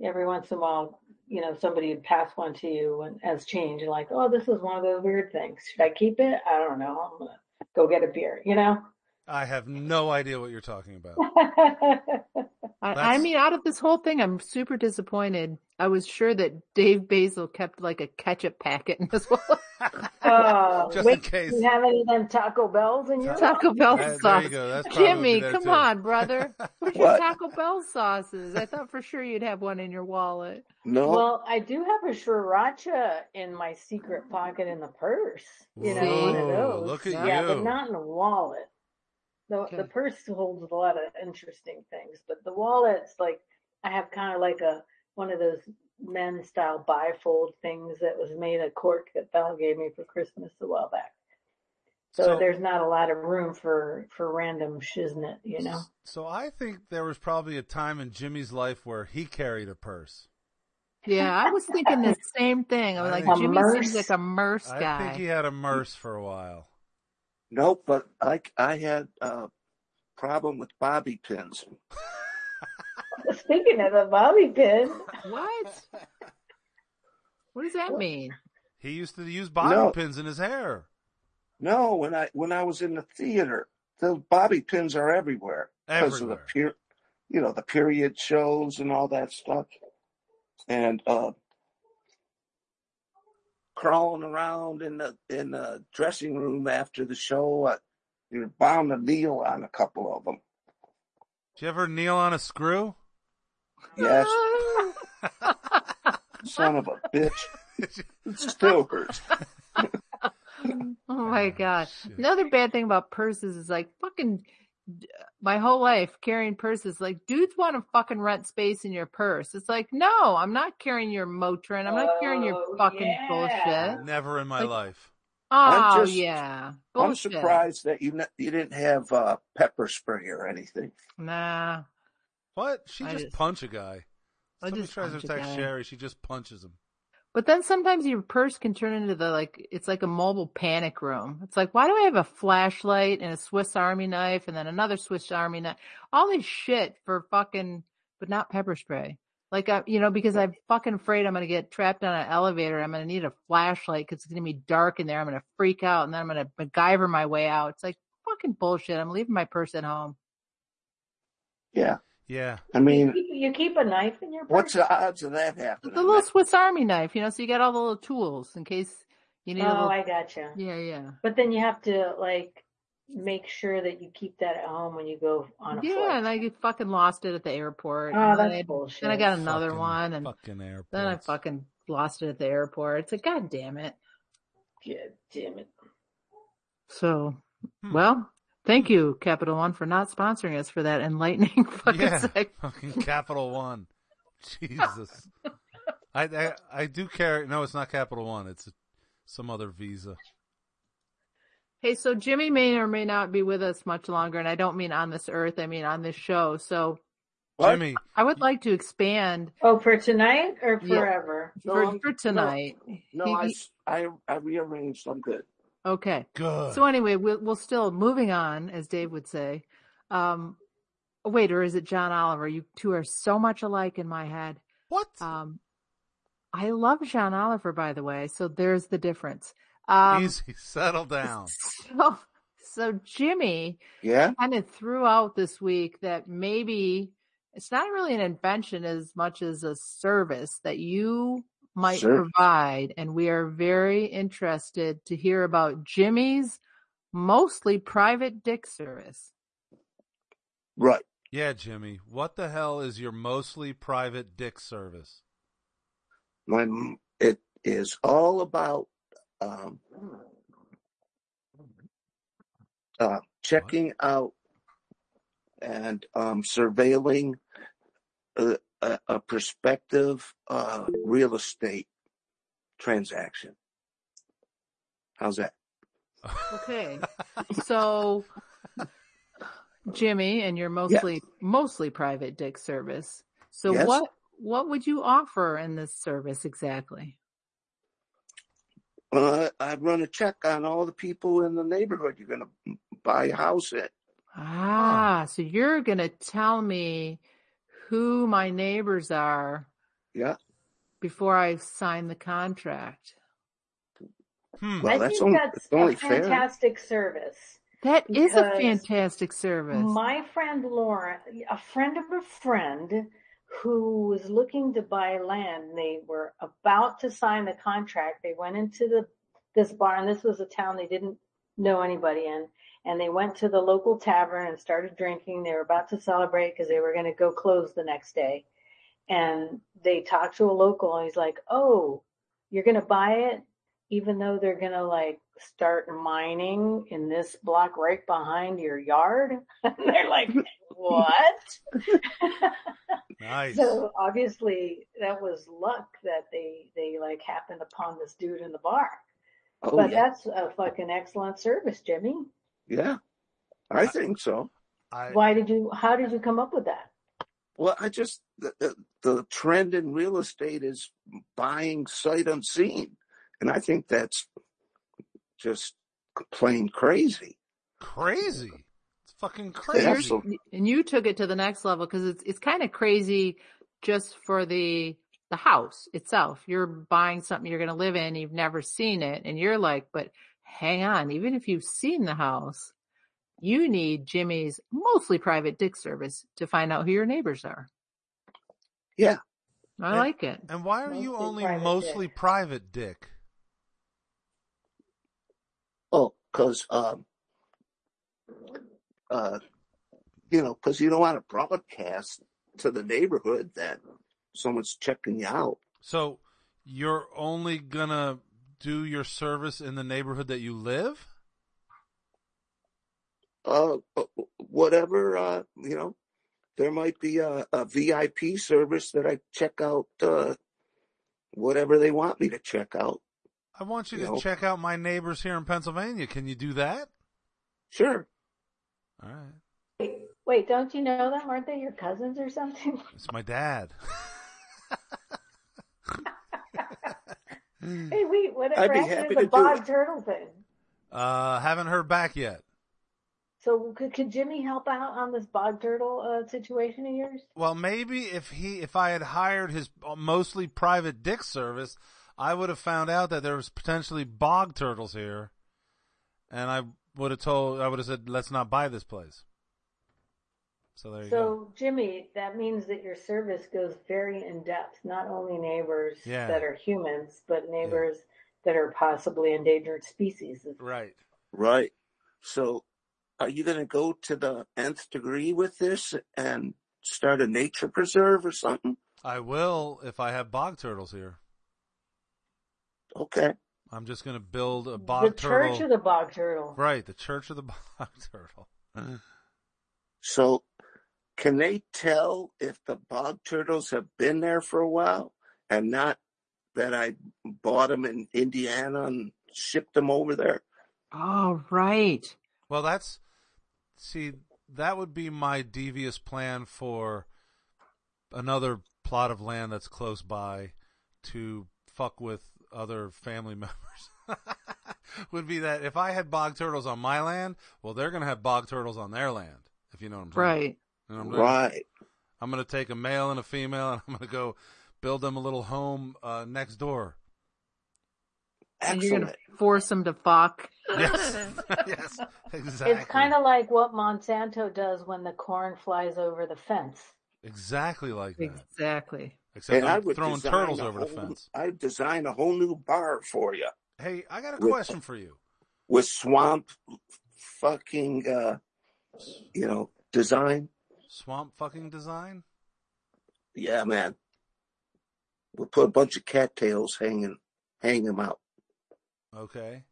D: Every once in a while, you know, somebody would pass one to you and as change. You're like, oh, this is one of those weird things. Should I keep it? I don't know. I'm gonna go get a beer. You know.
B: I have no idea what you're talking about.
C: I, I
B: That's-
C: mean, out of this whole thing, I'm super disappointed. I was sure that Dave Basil kept like a ketchup packet in his wallet.
D: oh,
B: Just
D: wait,
B: in case.
D: you have any of them Taco Bells in your
C: Taco Bell
B: That- there
C: sauce.
B: you go. That's probably would be
C: Jimmy,
B: there
C: come
B: too.
C: on, brother. Where's your
A: What?
C: Taco Bell sauces? I thought for sure you'd have one in your wallet.
A: No.
D: Well, I do have a sriracha in my secret pocket in the purse. You know,
C: See?
D: one of
B: Whoa,
D: those.
B: look at
D: yeah,
B: you.
D: but not in a wallet. The the
C: Okay.
D: purse holds a lot of interesting things, but the wallet's like I have kind of like a one of those men style bifold things that was made of cork that Val gave me for Christmas a while back. So,
B: So-
D: there's not a lot of room for for random shiznit, you know.
B: So I think there was probably a time in Jimmy's life where he carried a purse.
C: Yeah, I was thinking the same thing. I was
B: I
C: like,
B: think-
C: Jimmy seems like
D: Immerse.
C: a merce
B: I think
C: guy.
B: he had a merce for a while.
A: Nope, but I I had a problem with bobby pins.
D: Speaking of the bobby pin,
C: What? What does that mean?
B: He used to use bobby
A: No.
B: pins in his hair.
A: No, when I when I was in the theater, the bobby pins are everywhere because of the
B: Everywhere.
A: per, you know, the period shows and all that stuff, and uh, crawling around in the in the dressing room after the show, uh, you're bound to kneel on a couple of them.
B: Did you ever kneel on a screw?
A: Yes,
C: Oh
A: son of a bitch, it still hurts.
C: oh my god!
B: shit.
C: Another bad thing about purses is like fucking. My whole life carrying purses, like dudes want to fucking rent space in your purse. It's like, no, I'm not carrying your Motrin. I'm not carrying your
D: Oh,
C: fucking
D: yeah.
C: bullshit.
B: Never in my
C: Like-
B: life.
C: Oh
A: just-
C: yeah,
A: I'm
C: bullshit.
A: surprised that you not, you didn't have uh, pepper spray or anything.
C: Nah,
B: What? She
C: I
B: just,
C: just-
B: punch a guy.
C: I
B: Somebody
C: just
B: tries to
C: punch a
B: attack
C: guy.
B: Sherry. She just punches him.
C: But then sometimes your purse can turn into the like it's like a mobile panic room. It's like why do I have a flashlight and a Swiss Army knife and then another Swiss Army knife? All this shit for fucking but not pepper spray. Like I, you know, because I'm fucking afraid I'm gonna get trapped on an elevator. I'm gonna need a flashlight because it's gonna be dark in there. I'm gonna freak out and then I'm gonna MacGyver my way out. It's like fucking bullshit. I'm leaving my purse at home.
A: Yeah,
B: Yeah.
A: I mean,
D: you keep, you keep a knife in your purse.
A: what's the odds of that
C: The
A: happening?
C: little Swiss Army knife, you know, so you got all the little tools in case you need a
D: Oh,
C: little.
D: I gotcha.
C: yeah, yeah.
D: But then you have to like make sure that you keep that at home when you go on a
C: yeah,
D: flight.
C: and I get fucking lost it at the airport.
D: Oh,
C: and then
D: that's
C: I,
D: bullshit.
C: Then I got another
B: Fucking-
C: one, and
B: fucking airport.
C: then I fucking lost it at the airport. It's like, god damn it.
D: God damn it.
C: So,
B: Hmm.
C: well, thank you, Capital One, for not sponsoring us for that enlightening fucking
B: yeah,
C: seg-
B: fucking Capital One. Jesus, I, I I do carry. No, it's not Capital One. It's some other Visa.
C: Hey, so Jimmy may or may not be with us much longer, and I don't mean on this earth, I mean on this show. So,
A: What?
B: Jimmy,
C: I would like to expand
D: Oh, for tonight or
C: Yeah.
D: forever?
A: No,
C: for,
A: I'm-
C: for tonight.
A: No,
C: He-
A: I,
C: he-
A: s- I, I rearranged. I'm good.
C: Okay.
B: good.
C: So anyway, we'll, we'll still moving on, as Dave would say. Um, wait, or is it John Oliver? You two are so much alike in my head.
B: what?
C: Um, I love John Oliver, by the way. So there's the difference. Um,
B: Easy, settle down.
C: so, so Jimmy
A: Yeah.
C: kind of threw out this week that maybe it's not really an invention as much as a service that you might
A: Sure.
C: provide. And we are very interested to hear about Jimmy's mostly private dick service.
A: Right.
B: Yeah, Jimmy. What the hell is your mostly private dick service?
A: My m- it is all about um, uh, checking out and um, surveilling a, a, a prospective uh, real estate transaction. How's that?
C: Okay. So Jimmy and your mostly mostly private dick service. So
A: Yes.
C: what what would you offer in this service exactly?
A: Uh, I run a check on all the people in the neighborhood you're going to buy a house at.
C: Ah, so you're going to tell me who my neighbors are
A: Yeah.
C: before I sign the contract.
B: Hmm.
A: Well,
D: I
A: that's
D: think
A: only,
D: that's
A: it's only
D: a
A: fair.
D: fantastic service.
C: That is a
D: Because
C: fantastic service.
D: My friend Lauren, a friend of a friend who was looking to buy land, they were about to sign the contract. They went into the this barn. This was a town they didn't know anybody in, and they went to the local tavern and started drinking. They were about to celebrate because they were going to go close the next day. And they talked to a local, and he's like, "Oh, you're going to buy it, even though they're going to like start mining in this block right behind your yard." And they're like, "What?"
B: Nice.
D: So obviously that was luck that they they like happened upon this dude in the bar.
A: Oh,
D: But
A: yeah.
D: that's a fucking excellent service, Jimmy.
A: Yeah. I think so.
B: I
D: Why did you? How did you come up with that?
A: Well, I just, the, the, the trend in real estate is buying sight unseen. And I think that's just plain crazy.
B: crazy. It's fucking
C: So you're-
B: crazy.
A: Absolutely.
C: and you took it to the next level because it's it's kind of crazy just for the the house itself. You're buying something you're going to live in, you've never seen it, and you're like, but hang on, even if you've seen the house, you need Jimmy's mostly private dick service to find out who your neighbors are.
A: Yeah.
C: I
B: And-
C: like it.
B: And why are you
D: Mostly
B: only
D: private
B: mostly
D: dick.
B: private dick?
A: Oh, because, um, uh, you know, because you don't want to broadcast to the neighborhood that someone's checking you out.
B: So you're only gonna do your service in the neighborhood that you live?
A: Uh, whatever, uh, you know, there might be a, a VIP service that I check out, uh, whatever they want me to check out.
B: I want you to
A: Nope.
B: check out my neighbors here in Pennsylvania. Can you do that?
A: Sure.
B: All right.
D: Wait, don't you know them? Aren't they your cousins or something?
B: It's my dad. Hmm.
D: Hey, wait,
A: I'd
D: whatever
A: be
D: happened
A: happy to
D: to the
A: do
D: Bob
A: it.
D: Turtle thing?
B: Uh, haven't heard back yet.
D: So could, could Jimmy help out on this bog turtle uh, situation of yours?
B: Well, maybe if he, if I had hired his uh, mostly private dick service, I would have found out that there was potentially bog turtles here, and I would have told, I would have said, let's not buy this place. So there you go.
D: So Jimmy, that means that your service goes very in depth, not only neighbors
B: Yeah.
D: that are humans, but neighbors that are possibly endangered species.
B: Right.
A: Right. So are you going to go to the nth degree with this and start a nature preserve or something?
B: I will if I have bog turtles here.
A: Okay.
B: I'm just going to build a
D: the
B: bog turtle.
D: church of the bog turtle.
B: Right, the Church of the Bog Turtle.
A: So can they tell if the bog turtles have been there for a while and not that I bought them in Indiana and shipped them over there?
C: All right.
B: Well, that's see, that would be my devious plan for another plot of land that's close by to fuck with other family members. would be that if I had bog turtles on my land, well, they're gonna have bog turtles on their land. If you know what I'm saying,
C: Right.
B: And I'm, gonna,
A: Right.
B: I'm gonna take a male and a female, and I'm gonna go build them a little home uh, next door.
C: And you're going
A: Excellent.
C: to force them to fuck.
B: Yes, yes, exactly.
D: It's kind of like what Monsanto does when the corn flies over the fence.
B: exactly like that.
C: Exactly.
B: Except
A: and I
B: I'm
A: would
B: throwing
A: design
B: turtles
A: a
B: over
A: whole,
B: the fence.
A: I'd design a whole new bar for you
B: Hey, I got a
A: With-
B: question for you.
A: with swamp fucking, uh, you know, design.
B: Swamp fucking design?
A: Yeah, man. We'll put a bunch of cattails hanging, hang them out.
B: Okay.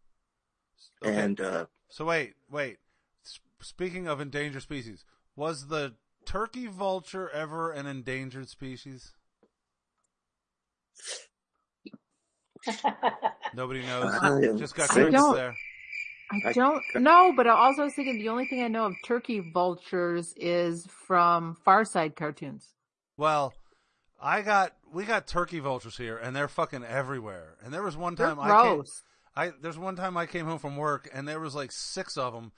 B: okay.
A: And, uh,
B: so wait, wait. S- speaking of endangered species, was the turkey vulture ever an endangered species? Nobody knows.
A: I don't
B: Just got
A: think
B: crickets
C: so.
B: there.
C: I
A: I-
C: don't know, but I also was thinking the only thing I know of turkey vultures is from Far Side cartoons.
B: Well, I got we got turkey vultures here, and they're fucking everywhere. And there was one
C: They're
B: time I came,
C: gross.
B: I there's one time I came home from work and there was like six of them,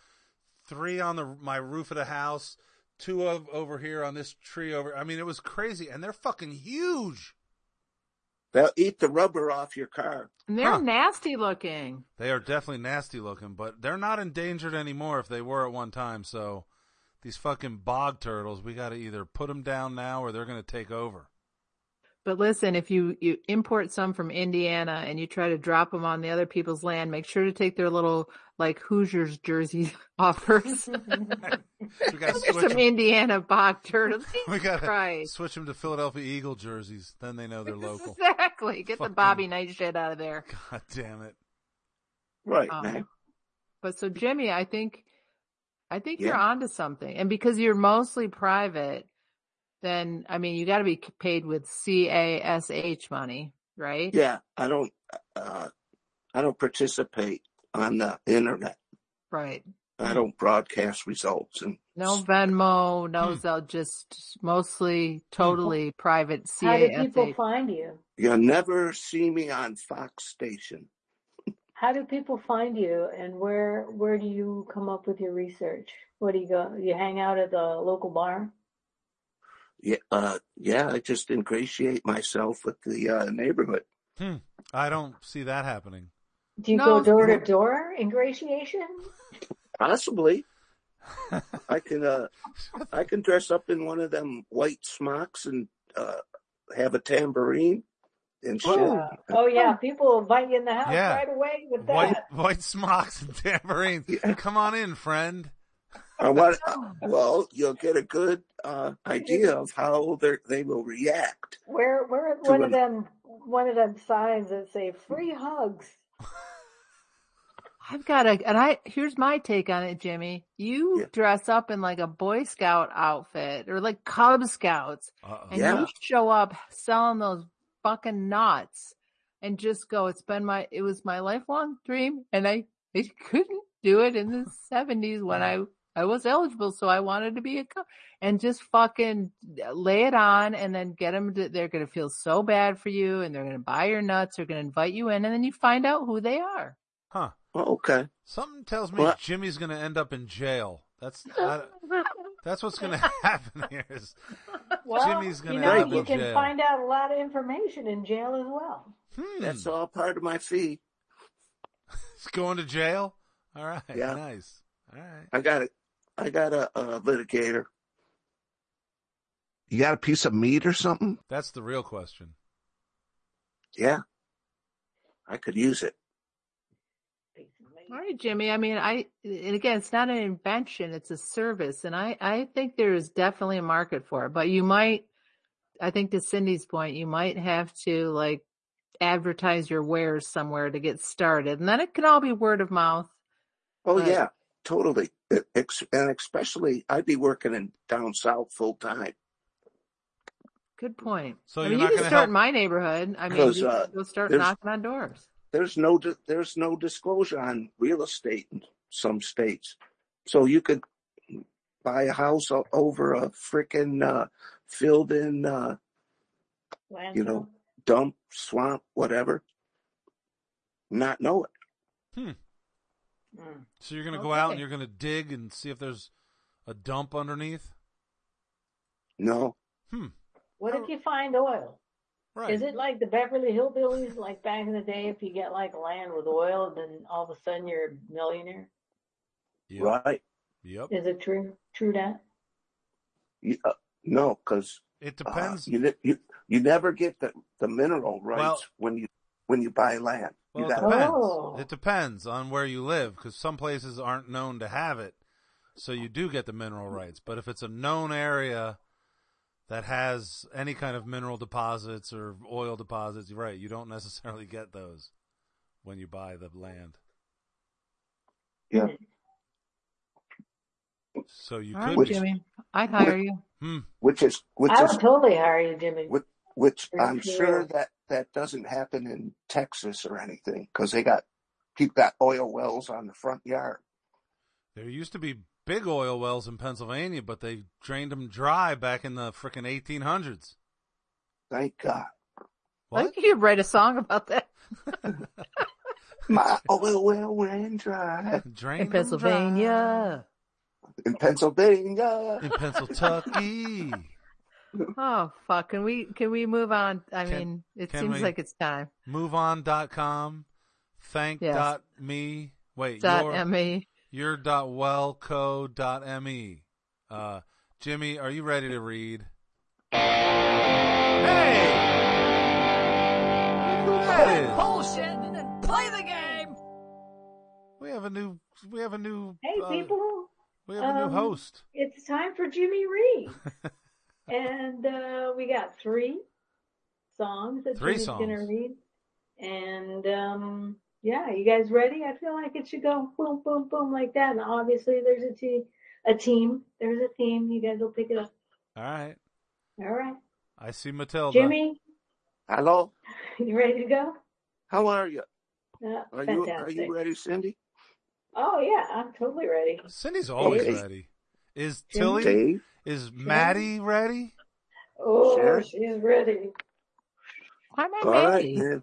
B: three on the my roof of the house, two of over here on this tree over. I mean, it was crazy, and they're fucking huge.
A: they'll eat the rubber off your car.
C: And they're
B: Huh.
C: nasty looking.
B: They are definitely nasty looking, but they're not endangered anymore. If they were at one time, so these fucking bog turtles, we got to either put them down now or they're going to take over.
C: But listen, if you, you import some from Indiana and you try to drop them on the other people's land, make sure to take their little like Hoosiers jerseys off first.
B: We got to
C: There's
B: switch.
C: some
B: 'em-
C: Indiana bog turtles.
B: We got to
C: Christ.
B: switch them to Philadelphia Eagle jerseys. Then they know they're local.
C: Exactly. Get the
B: Fucking-
C: Bobby Knight shit out of there.
B: God damn it!
A: Right,
C: Um,
A: man.
C: But so Jimmy, I think I think you're
A: Yeah.
C: onto something. And because you're mostly private, then I mean you got to be c- paid with CASH money, right?
A: Yeah, I don't, uh, I don't participate on the internet.
C: Right.
A: I don't broadcast results and
C: No Venmo, no
B: Hmm.
C: Zelle, just mostly totally private
D: How do people
C: CASH.
D: find you?
A: You'll never see me on Fox Station.
D: How do people find you, and where where do you come up with your research? What do you go? You hang out at the local bar?
A: Yeah, uh, yeah, I just ingratiate myself with the uh, neighborhood.
B: Hmm. I don't see that happening.
D: Do you
C: No.
D: go door to door ingratiation?
A: Possibly, I can, uh, I can dress up in one of them white smocks and uh, have a tambourine and shit.
D: Yeah. Oh yeah, people invite you in the house
B: Yeah.
D: right away with that.
B: White white smocks and tambourines. Come on in, friend.
A: I want. well, you'll get a good uh, idea of how they they will react.
D: Where where
A: To
D: one
A: an-
D: of them one of them signs that say free hugs.
C: I've got a, and I, here's my take on it, Jimmy. You
A: Yeah.
C: dress up in like a Boy Scout outfit or like Cub Scouts
B: Uh-oh.
C: and
A: Yeah.
C: you show up selling those fucking nuts and just go, it's been my, it was my lifelong dream and I, I couldn't do it in the seventies when I, I was eligible. So I wanted to be a cub and just fucking lay it on and then get them to, they're going to feel so bad for you and they're going to buy your nuts. They're going to invite you in and then you find out who they are.
B: Huh.
A: Oh, okay.
B: Something tells me
A: What?
B: Jimmy's going to end up in jail. That's I- that's what's going to happen here. Is
D: Well,
B: Jimmy's gonna
D: you
A: end
D: know
A: up
D: you
A: in
D: can
B: jail.
D: find out a lot of information in jail as well.
B: hmm,
A: That's all part of my fee.
B: it's going to jail. All right.
A: Yeah.
B: Nice. All right.
A: I got a, I got a, uh litigator.
E: You got a piece of meat or something?
B: That's the real question.
A: Yeah, I could use it.
C: All right, Jimmy. I mean, I and again, it's not an invention; it's a service, and I I think there is definitely a market for it. But you might, I think, to Cindy's point, you might have to like advertise your wares somewhere to get started, and then it can all be word of mouth.
A: Oh
C: Right.
A: yeah, totally. It- ex- and especially, I'd be working in down south full time
C: Good point.
B: So
C: I
B: you're
C: mean,
B: not
C: you can
B: gonna
C: start
B: help-
C: in my neighborhood. I mean,
A: Because,
C: you
A: uh,
C: can go start
A: there's-
C: knocking on doors.
A: There's no di- there's no disclosure on real estate in some states, so you could buy a house o- over a frickin' uh, filled-in uh, You know, dump, swamp, whatever, not know it.
D: Landfill.
B: So you're going to go out and
C: Okay.
B: you're going to dig and see if there's a dump underneath.
A: No,
B: Hmm.
D: What
C: Oh.
D: if you find oil?
B: Right.
D: Is it like the Beverly Hillbillies, like back in the day? If you get like land with oil, then all of a sudden you're a millionaire.
B: Yep.
A: right?
B: Yep.
D: Is it true? True that?
A: You, uh, no, uh, because
B: It depends.
A: you, ne- you you never get the, the mineral rights
B: Well-
A: when you when you buy land.
B: Well,
A: You
B: it
A: got-
B: depends.
D: Oh.
B: It depends on where you live because some places aren't known to have it, so you do get the mineral rights. But if it's a known area that has any kind of mineral deposits or oil deposits, you're right, you don't necessarily get those when you buy the land.
A: Yeah.
B: So you
C: All
B: could
C: right,
A: Which-
B: be.
C: Jimmy. I'd hire you.
B: Hmm.
A: Which is which
D: I
A: is
D: would totally hire you, Jimmy.
A: Which- which
D: Very
A: I'm sure
D: true.
A: that that doesn't happen in Texas or anything because they got keep got oil wells on the front yard.
B: There used to be big oil wells in Pennsylvania, but they drained them dry back in the frickin' 1800s.
A: Thank God,
C: I
B: What?
C: think you could write a song about that
A: my oil well ran dry
B: Drained
C: in
B: 'em
C: Pennsylvania.
A: in Pennsylvania.
B: dry. In Pennsylvania.
C: Oh fuck! Can we can we move on? I
B: Can-
C: mean, it
B: can
C: seems
B: we?
C: like it's time.
B: MoveOn.com. Thank
C: Yes.
B: dot me. Wait,
C: Dot E.
B: your,
C: me.
B: your dot wellco dot me. Uh, Jimmy, are you ready to read? Hey! Look who that is.
F: Bullshit and then play the game.
B: We have a new. We have a new.
D: Hey,
B: uh,
D: people,
B: We have a
D: um,
B: new host.
D: it's time for Jimmy Reed. and uh, we got three songs that
B: Three
D: Jimmy's going to
B: songs.
D: read. And um, yeah, you guys ready? I feel like it should go boom, boom, boom like that. And obviously, there's a, te- a team. There's a theme. You guys will pick it up.
B: All right.
D: All right.
B: I see Matilda.
D: Jimmy,
A: Hello,
D: you ready to go?
A: how are you?
D: Uh,
A: Are you are
D: fantastic.
A: you ready, Cindy?
D: Oh, yeah, I'm totally ready.
B: Cindy's always
A: Dave.
B: ready. Is
D: Jimmy.
B: Tilly?
A: Dave,
B: Is Maddie ready?
D: Oh,
A: Sure.
D: she's ready.
C: Why am I
A: all right,
C: Maddie?
A: man.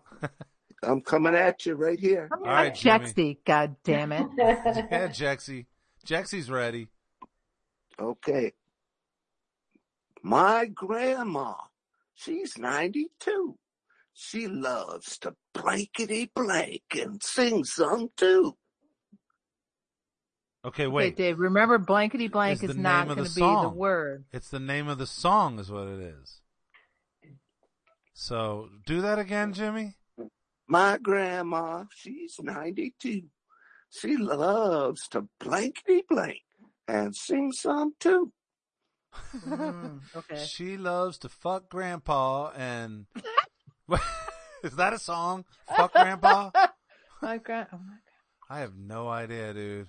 A: I'm coming at you right here.
C: I'm
B: All
C: not
B: right, Jimmy.
C: Jexy. God damn it!
B: yeah, Jexy. Jexy's ready.
A: Okay. My grandma, she's 92. She loves to blankety blank and sing some too.
B: Okay,
C: Okay,
B: wait.
C: Dave. Remember, blankety
B: Is
C: blank
B: the
C: is
B: name
C: not
B: of the
C: going to be the
B: song.
C: word.
B: It's the name of the song, is what it is. So do that again, Jimmy.
A: My grandma, she's 92. She loves to blankety blank and sing some too.
C: Mm, okay.
B: She loves to fuck Grandpa and. is that a song? Fuck Grandpa.
C: My grand. Oh my
B: I have no idea, dude.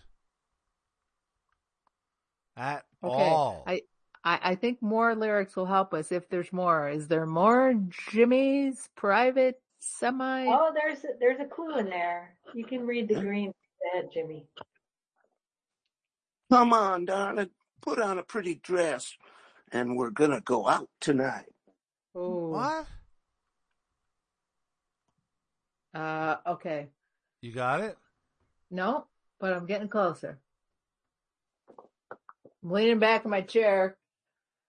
B: At
C: Okay.
B: all.
C: I, I I think more lyrics will help us if there's more. Is there more Jimmy's private semi?
D: Oh, there's a, there's a clue in there. You can read the green ahead, Jimmy.
A: Come on, darling, put on a pretty dress and we're gonna go out tonight.
C: Oh.
B: What?
C: Uh okay.
B: You got it?
C: No, but I'm getting closer. I'm leaning back in my chair.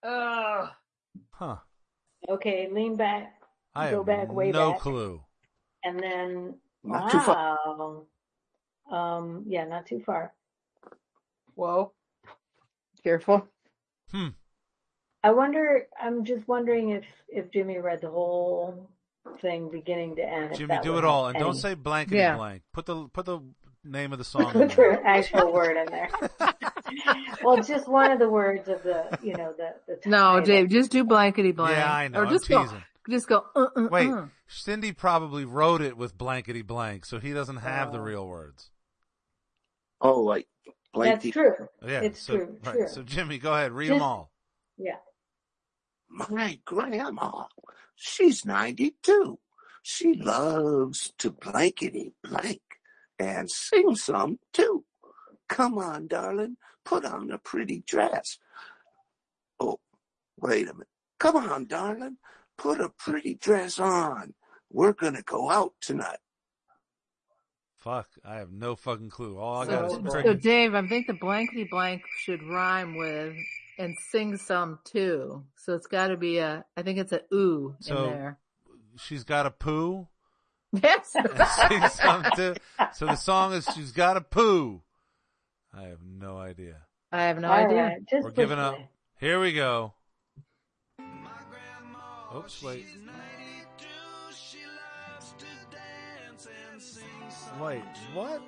C: Ugh.
B: Huh.
D: Okay, lean back,
B: I
D: Go
B: have
D: back way
B: no
D: back.
B: clue.
D: and then
A: Not too
D: Ah.
A: far.
D: wow, um, yeah, not too far.
C: Whoa. Careful.
B: Hmm.
D: I wonder. I'm just wondering if if Jimmy read the whole thing, beginning to end. if
B: Jimmy,
D: that
B: do
D: would
B: it all,
D: help
B: and don't
D: any.
B: say blankety
C: Yeah.
B: blank. Put the put the name of the song in
D: put the
B: there.
D: actual word in there. well, just one of the words of the you know the the
C: No,
D: title.
C: Dave, just do blankety blank.
B: Yeah, I know.
C: Or
B: I'm
C: just go
B: teasing.
C: just go uh, uh,
B: Wait,
C: uh.
B: Cindy probably wrote it with blankety blank, so he doesn't have the
D: Oh.
B: real words.
A: Oh, like
D: That's
A: blanky.
D: true.
B: Yeah,
D: It's
B: so,
D: true.
B: Right,
D: True.
B: so Jimmy, go ahead, read them
D: Just-
B: all.
D: Yeah.
A: My grandma, she's 92. She loves to blankety blank and sing some too. Come on, darling, put on a pretty dress. Oh, wait a minute. Come on, darling, put a pretty dress on. We're gonna go out tonight.
B: Fuck, I have no fucking clue. All I got
C: so,
B: is
D: So-
C: so
B: crickets.
C: Dave, I think the blankety blank should rhyme with and sing some too. So it's gotta be a I think it's a ooh
B: So-
C: in there.
B: She's got a poo.
C: Yes.
B: and sing something. So the song is "She's Got a Poo." I have no idea.
C: I have no
D: All
C: idea.
D: right, Just
B: We're giving
D: put
B: up.
D: play.
B: Here we go. Oops, wait. Wait, what?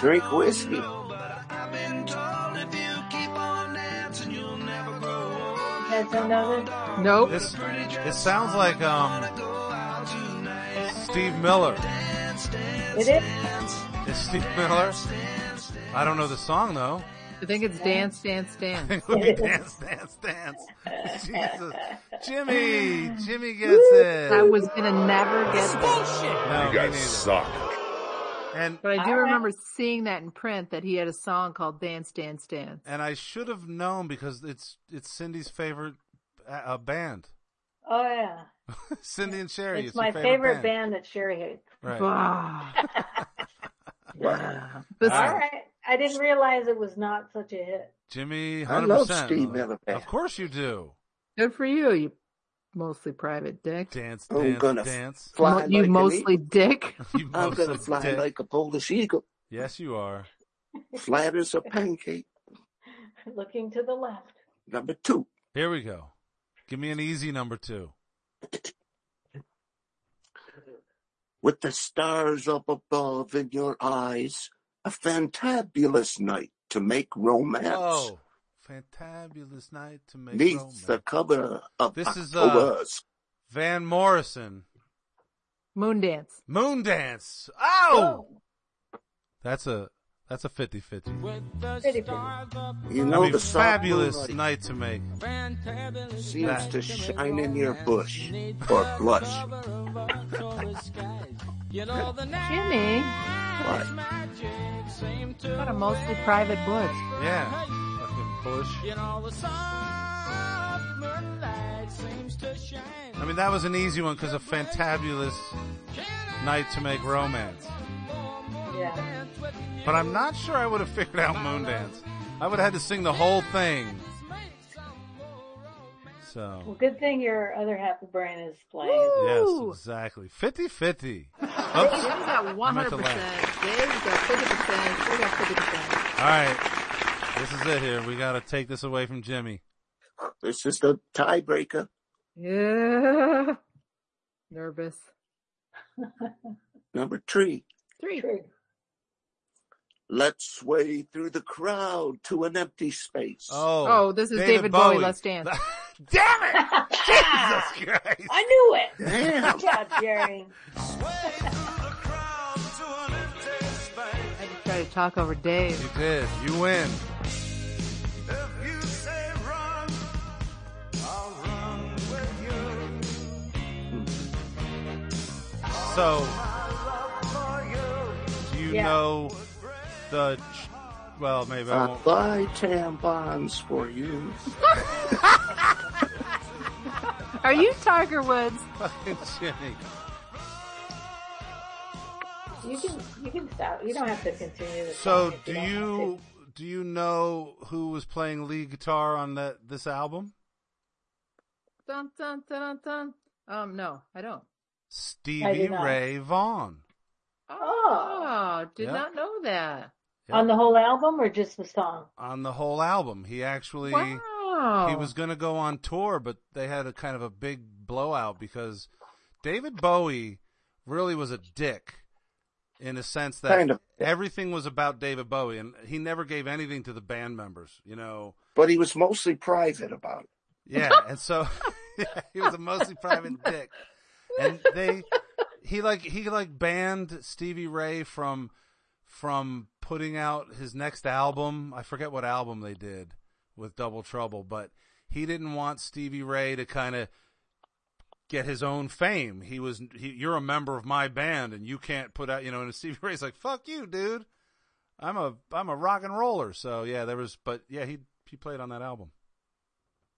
A: Drink whiskey.
D: That's another.
C: Nope.
B: This it sounds like um Steve Miller.
D: It is.
B: It's Steve Miller. I don't know the song though.
C: I think it's dance, dance, dance.
B: It would be dance, dance, dance. Jesus, Jimmy, Jimmy gets it.
C: I was gonna never get this.
B: No,
G: You
B: me
G: guys
B: neither.
G: suck.
B: And
C: But I do
D: All right.
C: remember seeing that in print that he had a song called Dance, Dance, Dance.
B: and I should have known because it's it's Cindy's favorite uh, uh, band.
D: Oh yeah.
B: Cindy and Sherry.
D: It's
B: It's,
D: my
B: your
D: favorite band that Sherry hates.
B: Right.
C: Wow.
A: Wow.
C: But
B: All
D: All right. I didn't realize it was not such a hit.
B: Jimmy, 100%.
A: I love Steve Miller Band.
B: Of course you do.
C: good for you, you mostly private dick.
B: Dance,
A: I'm
B: dance,
A: Oh, gonna
B: dance.
A: fly
C: Mo- you
A: like an
C: mostly
A: eagle.
C: dick.
B: You
A: I'm
B: mostly
A: going to fly
B: dick.
A: like a Polish eagle,
B: Yes, you are.
A: flat as a pancake.
D: Looking to the left.
A: Number two.
B: Here we go. Give me an easy number two.
A: With the stars up above in your eyes, a fantabulous night to make romance.
B: Oh, fantabulous night to make
A: Neath
B: romance.
A: the cover of
B: This is, uh,
A: October's
B: Van Morrison,
C: Moon dance.
B: Moondance. Oh, that's a that's a 50-50.
D: Pretty
A: You
B: I
A: know
B: mean,
A: the soft
B: fabulous
A: moonlight
B: night to make.
A: seems
B: that.
A: to shine in your bush or blush.
C: Jimmy,
A: What?
C: got a mostly private bush.
B: Yeah, fucking Bush. I mean, that was an easy one because a fantabulous night to make romance.
D: Yeah.
B: But I'm not sure I would have figured out Moondance. I would have had to sing the whole thing.
D: Well,
B: So,
D: good thing your other half of brain is playing.
B: yes,
C: Ooh.
B: exactly. 50 50.
C: Jimmy
B: Oops.
C: got one
B: meant to
C: hundred percent. Dave's got fifty percent. She got fifty percent.
B: All right. This is it here. We got to take this away from Jimmy.
A: This is the tiebreaker.
C: Yeah. Nervous.
A: Number three.
C: Three.
D: True.
A: Let's sway through the crowd to an empty space.
B: Oh,
C: Oh, this is David Bowie, Let's Dance.
B: Damn it!
D: I
B: Jesus Christ.
D: knew it.
A: Damn.
D: Good job, Jerry.
C: I just tried to talk over Dave.
B: You did. You win. So, do you
D: Yeah.
B: know the? ch- Well, maybe I
A: I
B: won't.
A: buy tampons for you.
C: Are you Tiger Woods?
B: Fucking Jimmy.
D: You can you can stop. You don't have to continue this.
B: So, do you do you know who was playing lead guitar on that this album?
C: Dun, dun, dun, dun, dun. Um, no, I don't.
B: Stevie
D: not.
B: Ray Vaughan.
C: Oh, did
B: Yeah.
C: not know that.
D: on the whole album or just the song?
B: on the whole album. He actually
C: Wow.
B: he was going to go on tour, but they had a kind of a big blowout because David Bowie really was a dick in a sense that
A: Kind of.
B: everything was about David Bowie and he never gave anything to the band members, you know.
A: But he was mostly private about it.
B: Yeah, and so he was a mostly private dick. And they he like he like banned Stevie Ray from from putting out his next album. I forget what album they did with Double Trouble, but he didn't want Stevie Ray to kind of get his own fame. He was he, you're a member of my band and you can't put out, you know, and Stevie Ray's like, "Fuck you, dude. I'm a I'm a rock and roller." So, yeah, there was but yeah, he he played on that album.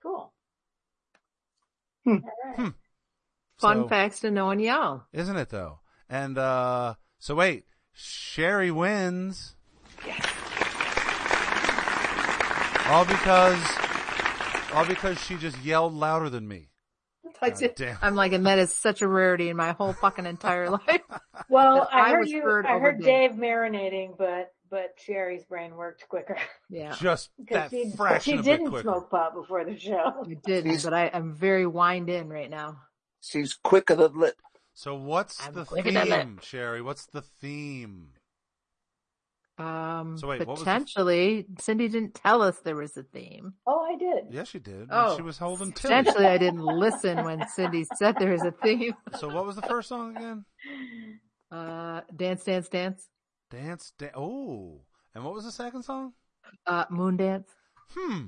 D: Cool.
A: Hmm.
D: All right.
B: Hmm.
C: Fun
B: So-
C: facts to know and y'all.
B: Isn't it though? And uh so wait, Sherry wins. All because all because she just yelled louder than me.
C: Like,
B: God damn.
C: I'm like, and that is such a rarity in my whole fucking entire life.
D: Well,
C: That I
D: I heard
C: was
D: you.
C: heard
D: I
C: over
D: heard
C: Dave.
D: Dave marinating, but but Sherry's brain worked quicker
C: Yeah,
B: Just that
D: because she
B: fraction
D: she
B: of
D: didn't
B: it quicker.
D: smoke pot before the show.
C: I didn't, but I am very wind in right now.
A: She's quick of the lip.
B: So what's
F: I'm
B: the
F: quicker than that.
B: theme, Sherry? What's the theme?
C: Um,
B: So wait, what was the-
C: potentially, Cindy didn't tell us there was a theme.
D: Oh, I did.
B: Yes, you did.
C: Oh,
B: she was holding Tilly.
C: Potentially, I didn't listen when Cindy said there was a theme.
B: So what was the first song again?
C: Uh, dance, dance, dance.
B: Dance, da- oh, and what was the second song?
C: Uh, moon dance.
B: Hmm.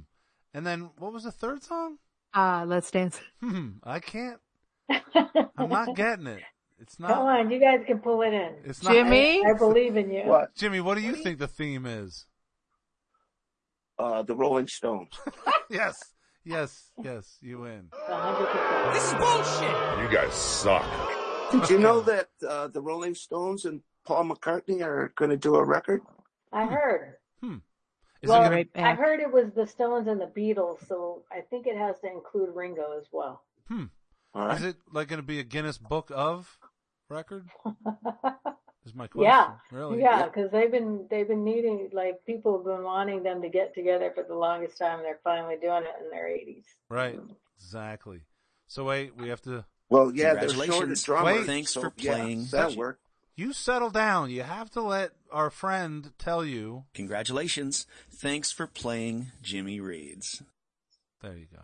B: And then what was the third song?
C: Uh, let's dance.
B: Hmm. I can't. I'm not getting it. It's not.
D: Come on, you guys can pull it in.
B: It's not.
C: Jimmy.
D: I believe in you.
A: What?
B: Jimmy, what do you think the theme is?
A: Uh, the Rolling Stones.
B: Yes. Yes. Yes. You win.
D: 100%.
G: This is bullshit.
H: You guys suck.
A: Did you know that uh, the Rolling Stones and Paul McCartney are going to do a record?
D: I heard.
B: Is
D: Well,
B: it gonna,
C: Right
D: I
C: back.
D: heard it was the Stones and the Beatles, so I think it has to include Ringo as well.
A: All
B: Is
A: right.
B: it like going to be a Guinness Book of record? Is my question.
D: yeah,
B: Really?
D: yeah, because they've been they've been needing like people have been wanting them to get together for the longest time. They're finally doing it in their eighties.
B: Right. Exactly. So wait, we have to.
A: Well, yeah, they're short of
G: Congratulations.
A: drummer.
B: Wait.
G: Thanks
A: so,
G: for
A: yeah,
G: playing.
A: that worked.
B: You settle down. You have to let our friend tell you.
G: Congratulations. Thanks for playing Jimmy Reeds.
B: There you go.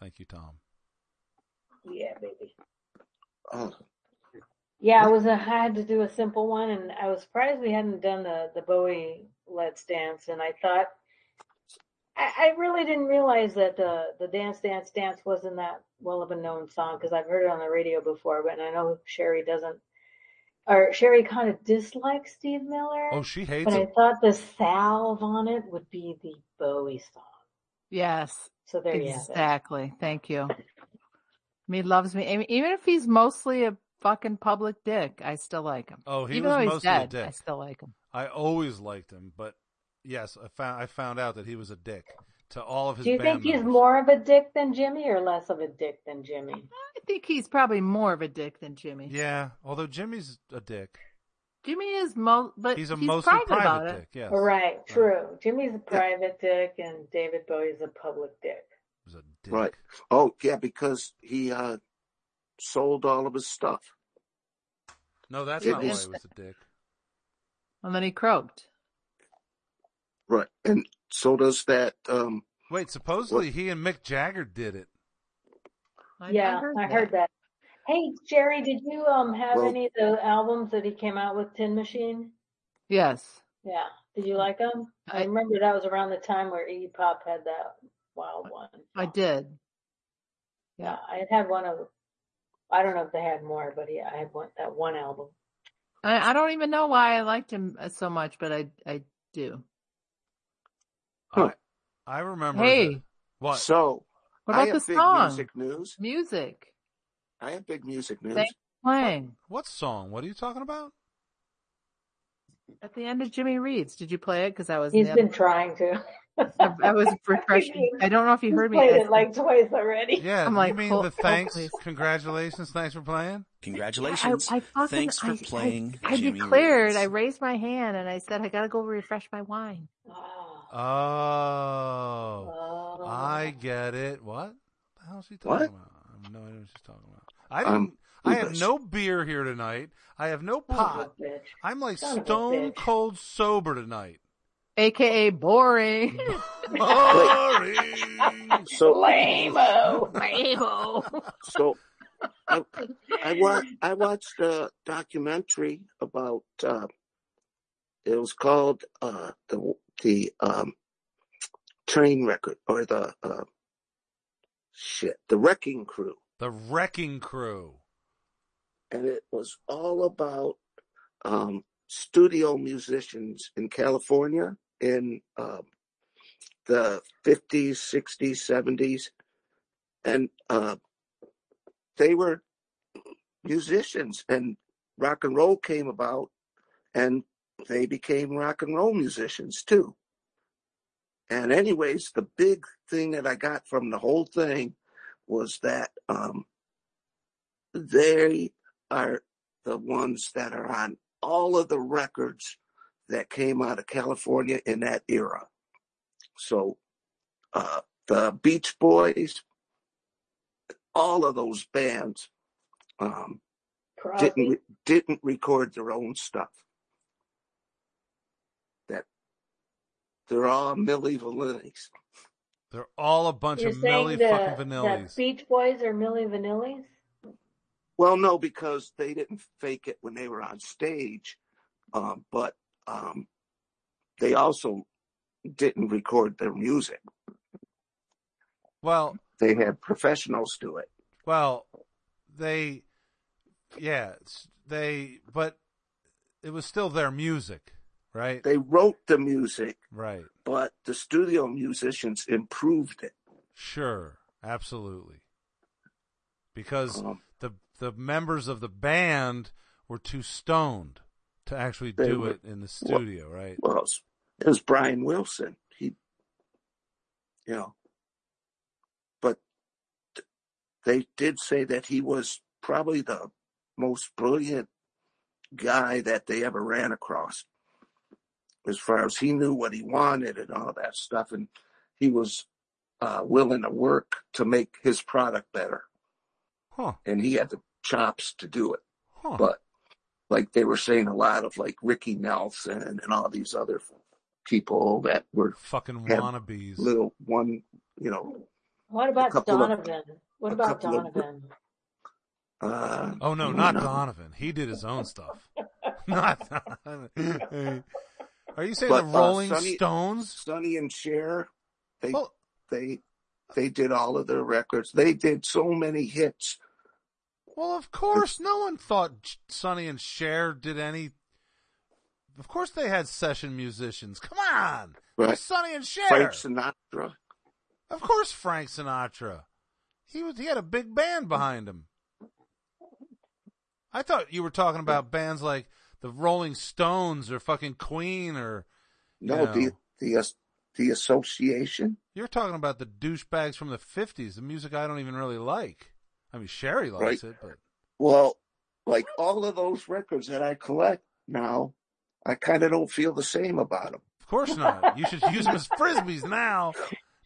B: Thank you, Tom.
D: Yeah, baby.
A: Oh,
D: Yeah, I was a, I had to do a simple one, and I was surprised we hadn't done the the Bowie Let's Dance. And I thought I, I really didn't realize that the the Dance Dance Dance wasn't that well of a known song because I've heard it on the radio before, but I know Sherry doesn't. Or Sherry kind of dislikes Steve Miller.
B: Oh, she hates
D: But I
B: it.
D: thought the salve on it would be the Bowie song.
C: Yes,
D: So there you have
C: exactly. Thank you. Me loves me. I mean, Even if he's mostly a fucking public dick, I still like him.
B: Oh, he
C: Even
B: was
C: though he's
B: mostly a
C: dead, I
B: dick.
C: still like him.
B: I always liked him, but yes, I found I found out that he was a dick to all of
D: it.
B: his.
D: Do you
B: band
D: think he's
B: members.
D: more of a dick than Jimmy or less of a dick than Jimmy?
C: I think he's probably more of a dick than Jimmy.
B: Yeah, although Jimmy's a dick.
C: Jimmy is mo, but
B: He's
C: he's,
B: a mostly
C: private, about
B: private
C: it.
B: dick. Yes,
D: Right, true. Jimmy's a private dick and David Bowie's a public dick.
B: He was a dick.
A: right. Oh, yeah, because he uh, sold all of his stuff.
B: No, that's
A: It
B: not why
A: is-
B: he was a dick.
C: And then he croaked.
A: Right. And so does that. Um,
B: Wait, supposedly he and Mick Jagger did it.
C: I,
D: yeah, I heard, that. Hey, Jerry, did you um have
A: Well-
D: any of the albums that he came out with, Tin Machine?
C: Yes.
D: Yeah. Did you like them? I,
C: I-
D: remember that was around the time where Iggy Pop had that wild one.
C: I did.
D: Yeah, I had had one of. I don't know if they had more, but yeah, I had one that one album.
C: I, I don't even know why I liked him uh, so much, but I I do.
A: Huh.
B: I remember.
C: Hey.
B: that- What?
A: So
C: What
A: I
C: about the
A: have big
C: song?
A: music news.
C: Music.
A: I have big music news.
C: Thank- Playing.
B: what song? What are you talking about?
C: At the end of Jimmy Reed's. Did you play it? Because I was in
D: He's
C: the
D: been trying to.
C: I, I was refreshing. I don't know if you
D: He's
C: heard me.
D: played
C: I-
D: it like twice already.
B: Yeah,
C: I'm
B: you
C: like,
B: mean
C: hol-
B: the thanks,
C: hopefully-
B: congratulations, thanks for playing.
G: Congratulations.
C: I, I fucking,
G: Thanks for
C: I,
G: playing
C: I, I
G: Jimmy
C: declared.
G: Reeds.
C: I raised my hand and I said, I gotta go refresh my wine.
D: Wow.
B: Oh,
D: Oh.
B: I get it. What the hell is she talking
A: What?
B: about? I have no idea what she's talking about. I
A: I'm
B: didn't. I have
A: clueless.
B: no beer here tonight. I have no
D: Son of a
B: pot.
D: bitch.
B: I'm like
D: Son of a
B: stone
D: bitch.
B: cold sober tonight.
C: AKA boring.
B: Boring.
A: So
D: Lame-o.
A: so I I wa- I watched a documentary about uh, it was called uh, the the um, train record or the uh, shit the wrecking crew
B: the Wrecking Crew.
A: and it was all about um, studio musicians in California in um, the 50s, 60s, 70s. And uh, they were musicians, and rock and roll came about, and they became rock and roll musicians too. And, anyways, the big thing that I got from the whole thing was that um, they are the ones that are on all of the records that came out of California in that era. So uh, the Beach Boys, all of those bands, um,
D: Crosby.
A: didn't re- didn't record their own stuff. That they're all Milli Vanillis.
B: They're all a bunch
D: You're
B: of
D: saying
B: Millie
D: the,
B: fucking
D: the
B: vanillis.
D: Beach Boys are Millie Vanillis?
A: Well, no, because they didn't fake it when they were on stage, um, but um, they also didn't record their music.
B: Well,
A: They had professionals do it.
B: well, they, yeah, it's- they, but it was still their music, right?
A: They wrote the music,
B: Right.
A: but the studio musicians improved it.
B: Sure, absolutely. Because
A: Um,
B: the the members of the band were too stoned to actually
A: They
B: do
A: were-
B: it in the studio, right?
A: well, it was, it was Brian Wilson. He, you know, but they did say that he was probably the most brilliant guy that they ever ran across, as far as he knew what he wanted and all that stuff, and he was uh, willing to work to make his product better,
B: Huh.
A: and he had the chops to do it.
B: Huh.
A: But like they were saying, a lot of like Ricky Nelson and all these other people that were
B: Fucking
A: had
B: wannabes.
A: little one, you know,
D: What
A: A
D: about
A: couple of-
D: Donovan? What
A: a
D: about
A: couple of-
D: Donovan?
A: uh,
B: Oh
A: no,
B: no, not
A: no.
B: Donovan. He did his own stuff. not Donovan. Are you saying
A: But,
B: the
A: uh,
B: Rolling
A: Sonny-
B: Stones?
A: Sonny and Cher, they
B: Well,
A: they they did all of their records. They did so many hits.
B: well, of course, no one thought Ch- Sonny and Cher did any. Of course, they had session musicians. Come on, They're
A: Right.
B: Sonny and Cher.
A: Frank Sinatra.
B: Of course, Frank Sinatra. He was he had a big band behind him. I thought you were talking about bands like the Rolling Stones or fucking Queen or
A: No,
B: Yeah.
A: the the as- the association.
B: you're talking about the douchebags from the fifties, the music I don't even really like. I mean Sherry likes it, but
A: Well, like all of those records that I collect now, I kind of don't feel the same about them.
B: of course not. You should use them as frisbees now.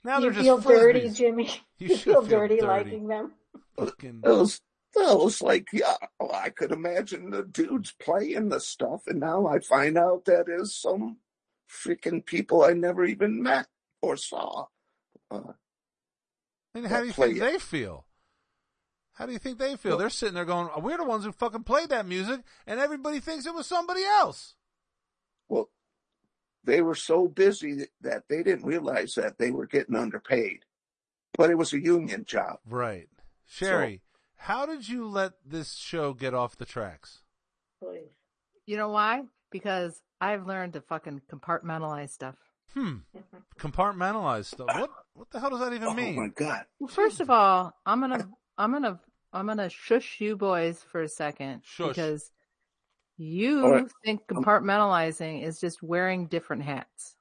B: Now
D: you
B: they're just
D: feel dirty,
B: frisbees.
D: Jimmy.
B: You
D: You,
B: should
D: feel,
B: feel
D: dirty,
B: dirty.
D: liking them.
B: Fucking
A: It was it was like yeah, well, I could imagine the dudes playing the stuff, and now I find out that is some freaking people I never even met or saw. Uh,
B: I mean, how do you think they feel? How do you think they feel?
A: Well-
B: They're sitting there going, "We're the ones who fucking played that music," and everybody thinks it was somebody else.
A: Well, they were so busy that they didn't realize that they were getting underpaid. But it was a union job.
B: Right, Sherry. how did you let this show get off the tracks?
D: Please.
C: You know why? Because I've learned to fucking compartmentalize stuff.
B: Hmm. Compartmentalized stuff. What? What the hell does that even
A: Oh my
B: mean?
A: God.
C: Well, first of all, I'm gonna, I'm gonna, I'm gonna shush you boys for a second
B: Shush.
C: because you
A: All right. Um,
C: think compartmentalizing is just wearing different hats.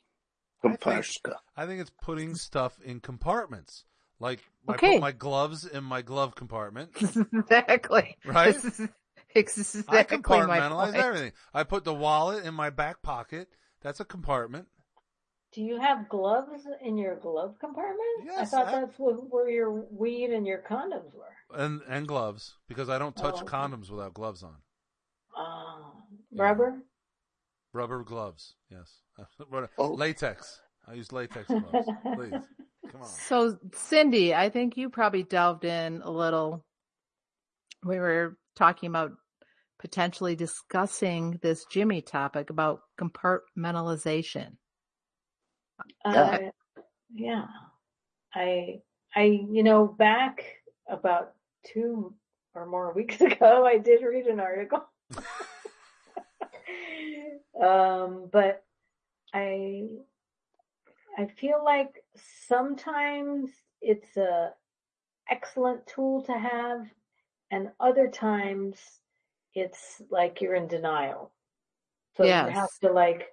B: I think-
A: Kompashka.
B: I think it's putting stuff in compartments. Like I
C: Okay.
B: put my gloves in my glove compartment.
C: exactly.
B: Right?
C: This is exactly
B: I
C: my
B: compartmentalize
C: point.
B: everything. I put the wallet in my back pocket. That's a compartment.
D: Do you have gloves in your glove compartment?
B: Yes,
D: I thought
B: I-
D: that's what, where your weed and your condoms were.
B: and and gloves because I don't touch
D: Oh, okay.
B: condoms without gloves on.
D: Oh,
B: Yeah.
D: rubber?
B: Rubber gloves, yes. Rubber-
A: Oh.
B: Latex. I use latex gloves. Please, come on.
C: So, Cindy, I think you probably delved in a little. We were talking about potentially discussing this Jimmy topic about compartmentalization.
D: Uh, yeah. I, I, you know, back about two or more weeks ago, I did read an article. um, but I, I feel like sometimes it's a excellent tool to have, and other times it's like you're in denial. So you have
C: Yes.
D: to like,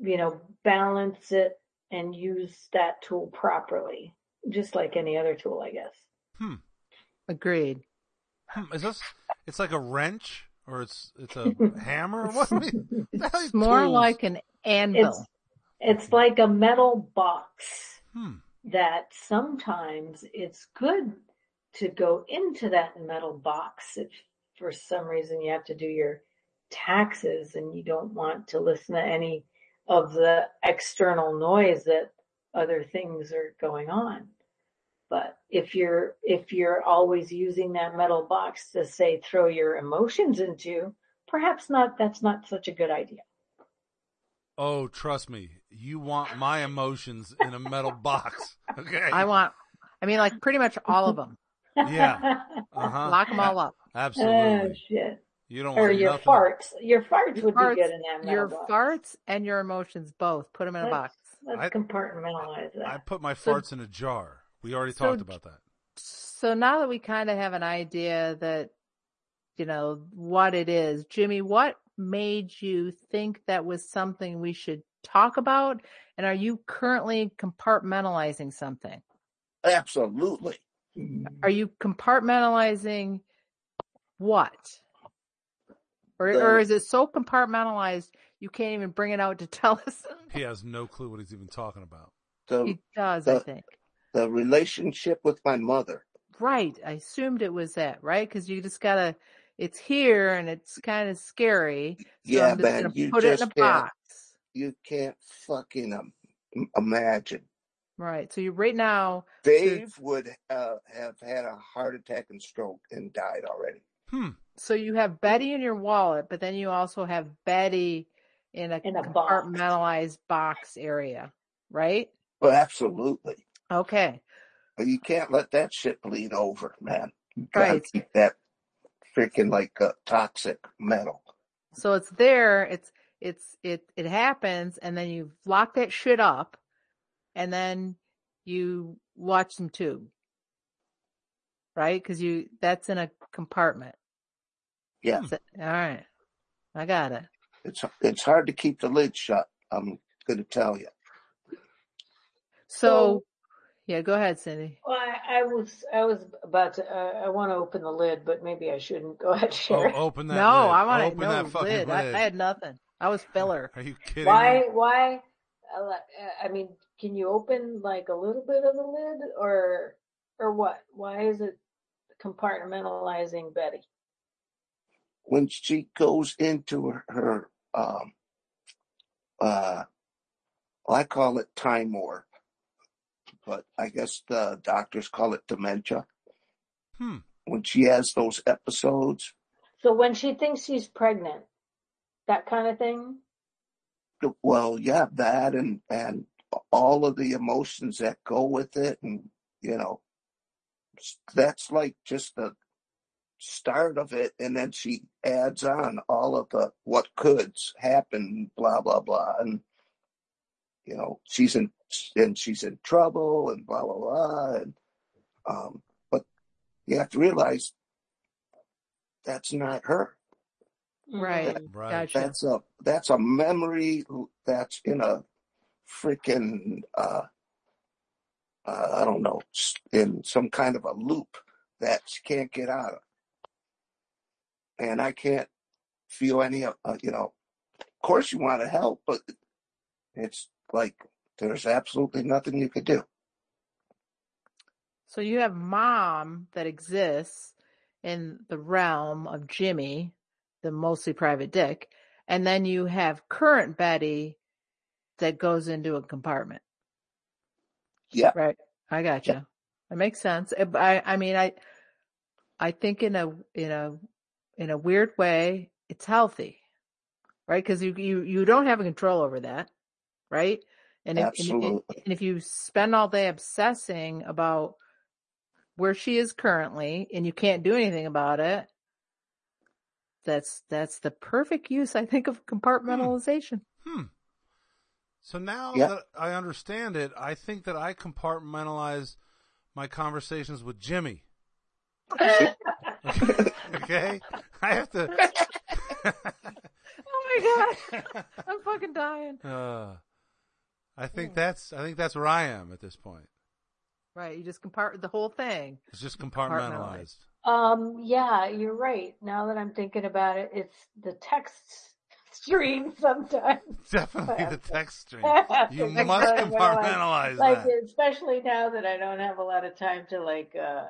D: you know, balance it and use that tool properly, just like any other tool, I guess.
B: Hmm.
C: Agreed.
B: Hmm. Is this? It's like a wrench, or it's it's a hammer. What? What the hell are
C: It's more
B: tools?
C: like an anvil.
D: It's it's like a metal box
B: Hmm.
D: that sometimes it's good to go into that metal box if for some reason you have to do your taxes and you don't want to listen to any of the external noise that other things are going on. But if you're if you're always using that metal box to say throw your emotions into, perhaps not that's not such a good idea.
B: Oh, trust me, you want my emotions in a metal box. Okay.
C: I want, I mean, like pretty much all of them.
B: Yeah. Uh-huh.
C: Lock them all up.
D: oh
B: Absolutely.
D: shit.
B: You don't
D: Or
B: want
D: your
B: nothing.
D: farts. Your farts would
C: Farts-
D: be good in that metal
C: your
D: box.
C: farts and your emotions both. Put them in a box.
D: Let's
B: I-
D: compartmentalize that.
B: I put my
C: So-
B: farts in a jar. We already
C: So-
B: talked about that.
C: So now that we kind of have an idea that, you know, what it is, Jimmy, what made you think that was something we should talk about? And are you currently compartmentalizing something?
A: Absolutely.
C: Are you compartmentalizing what? Or,
A: The-
C: or is it so compartmentalized you can't even bring it out to tell us?
B: He has no clue what he's even talking about.
A: The
C: He does, I
A: the-
C: think.
A: the relationship with my mother.
C: Right. I assumed it was that, right? Because you just gotta, it's here and it's kind of scary. So
A: Yeah,
C: I'm just
A: man,
C: gonna
A: you
C: put it in
A: just
C: a
A: can't.
C: box.
A: You can't fucking um, imagine.
C: Right. So you right now,
A: Dave would uh, have had a heart attack and stroke and died already.
B: Hmm.
C: so you have Betty in your wallet, but then you also have Betty in a
D: In a box.
C: compartmentalized box area, right?
A: Well, absolutely.
C: Okay.
A: But you can't let that shit bleed over, man. You gotta
C: Right.
A: keep that freaking like uh, toxic metal.
C: So it's there. It's it's it it happens, and then you lock that shit up, and then you watch them too, right? Because you that's in a compartment.
A: Yeah,
C: So- all right, I got it.
A: it's it's hard to keep the lid shut. I'm gonna tell you.
C: So yeah, go ahead, Cindy.
D: Well, I, I was I was about to uh, I want to open the lid, but maybe I shouldn't. Go ahead,
B: Oh,
D: Sharon.
B: open that.
C: no,
B: lid.
C: I want
B: open
C: to no
B: that fucking
C: lid. I, I had nothing. I was filler.
B: Are you kidding?
D: why
B: me?
D: why? uh, like, uh, I mean, can you open like a little bit of the lid, or or what? Why is it compartmentalizing Betty?
A: When she goes into her, her um uh I call it time warp, but I guess the doctors call it dementia.
B: Hmm.
A: When she has those episodes,
D: So when she thinks she's pregnant, that kind of thing.
A: well, yeah, that and and all of the emotions that go with it, and you know, that's like just the start of it, and then she adds on all of the what coulds happen, blah blah blah, and you know, she's in and she's in trouble, and blah blah blah, and um, but you have to realize that's not her.
C: Right.
D: Mm.
B: Right.
C: Gotcha.
A: that's a that's a memory that's in a freaking uh, uh i don't know s- in some kind of a loop that she can't get out of and i can't feel any of uh, you know of course you want to help but it's like there's absolutely nothing you could do
C: So you have mom that exists in the realm of Jimmy, the mostly private dick, and then you have current Betty that goes into a compartment.
A: yeah
C: Right. I gotcha. That makes sense. Uh, but I I mean I I think in a in a in a weird way it's healthy, right? Because you you you don't have control over that, right? And if and, and
A: absolutely
C: and if you spend all day obsessing about where she is currently and you can't do anything about it, that's that's the perfect use, I think, of compartmentalization.
B: Hmm. So now
A: Yeah.
B: that I understand it, I think that I compartmentalize my conversations with Jimmy. okay. I have to.
C: Oh my god, I'm fucking dying.
B: uh, I think that's I think that's where I am at this point.
C: Right, you just compart the whole thing.
B: It's just compartmentalized.
C: Compartmentalized.
D: Um, yeah, you're right. Now that I'm thinking about it, it's the text stream sometimes.
B: Definitely the
D: Have to-
B: text stream.
D: have
B: You
D: to
B: must
D: compartmentalize.
B: compartmentalize
D: Like
B: that.
D: especially now that I don't have a lot of time to like uh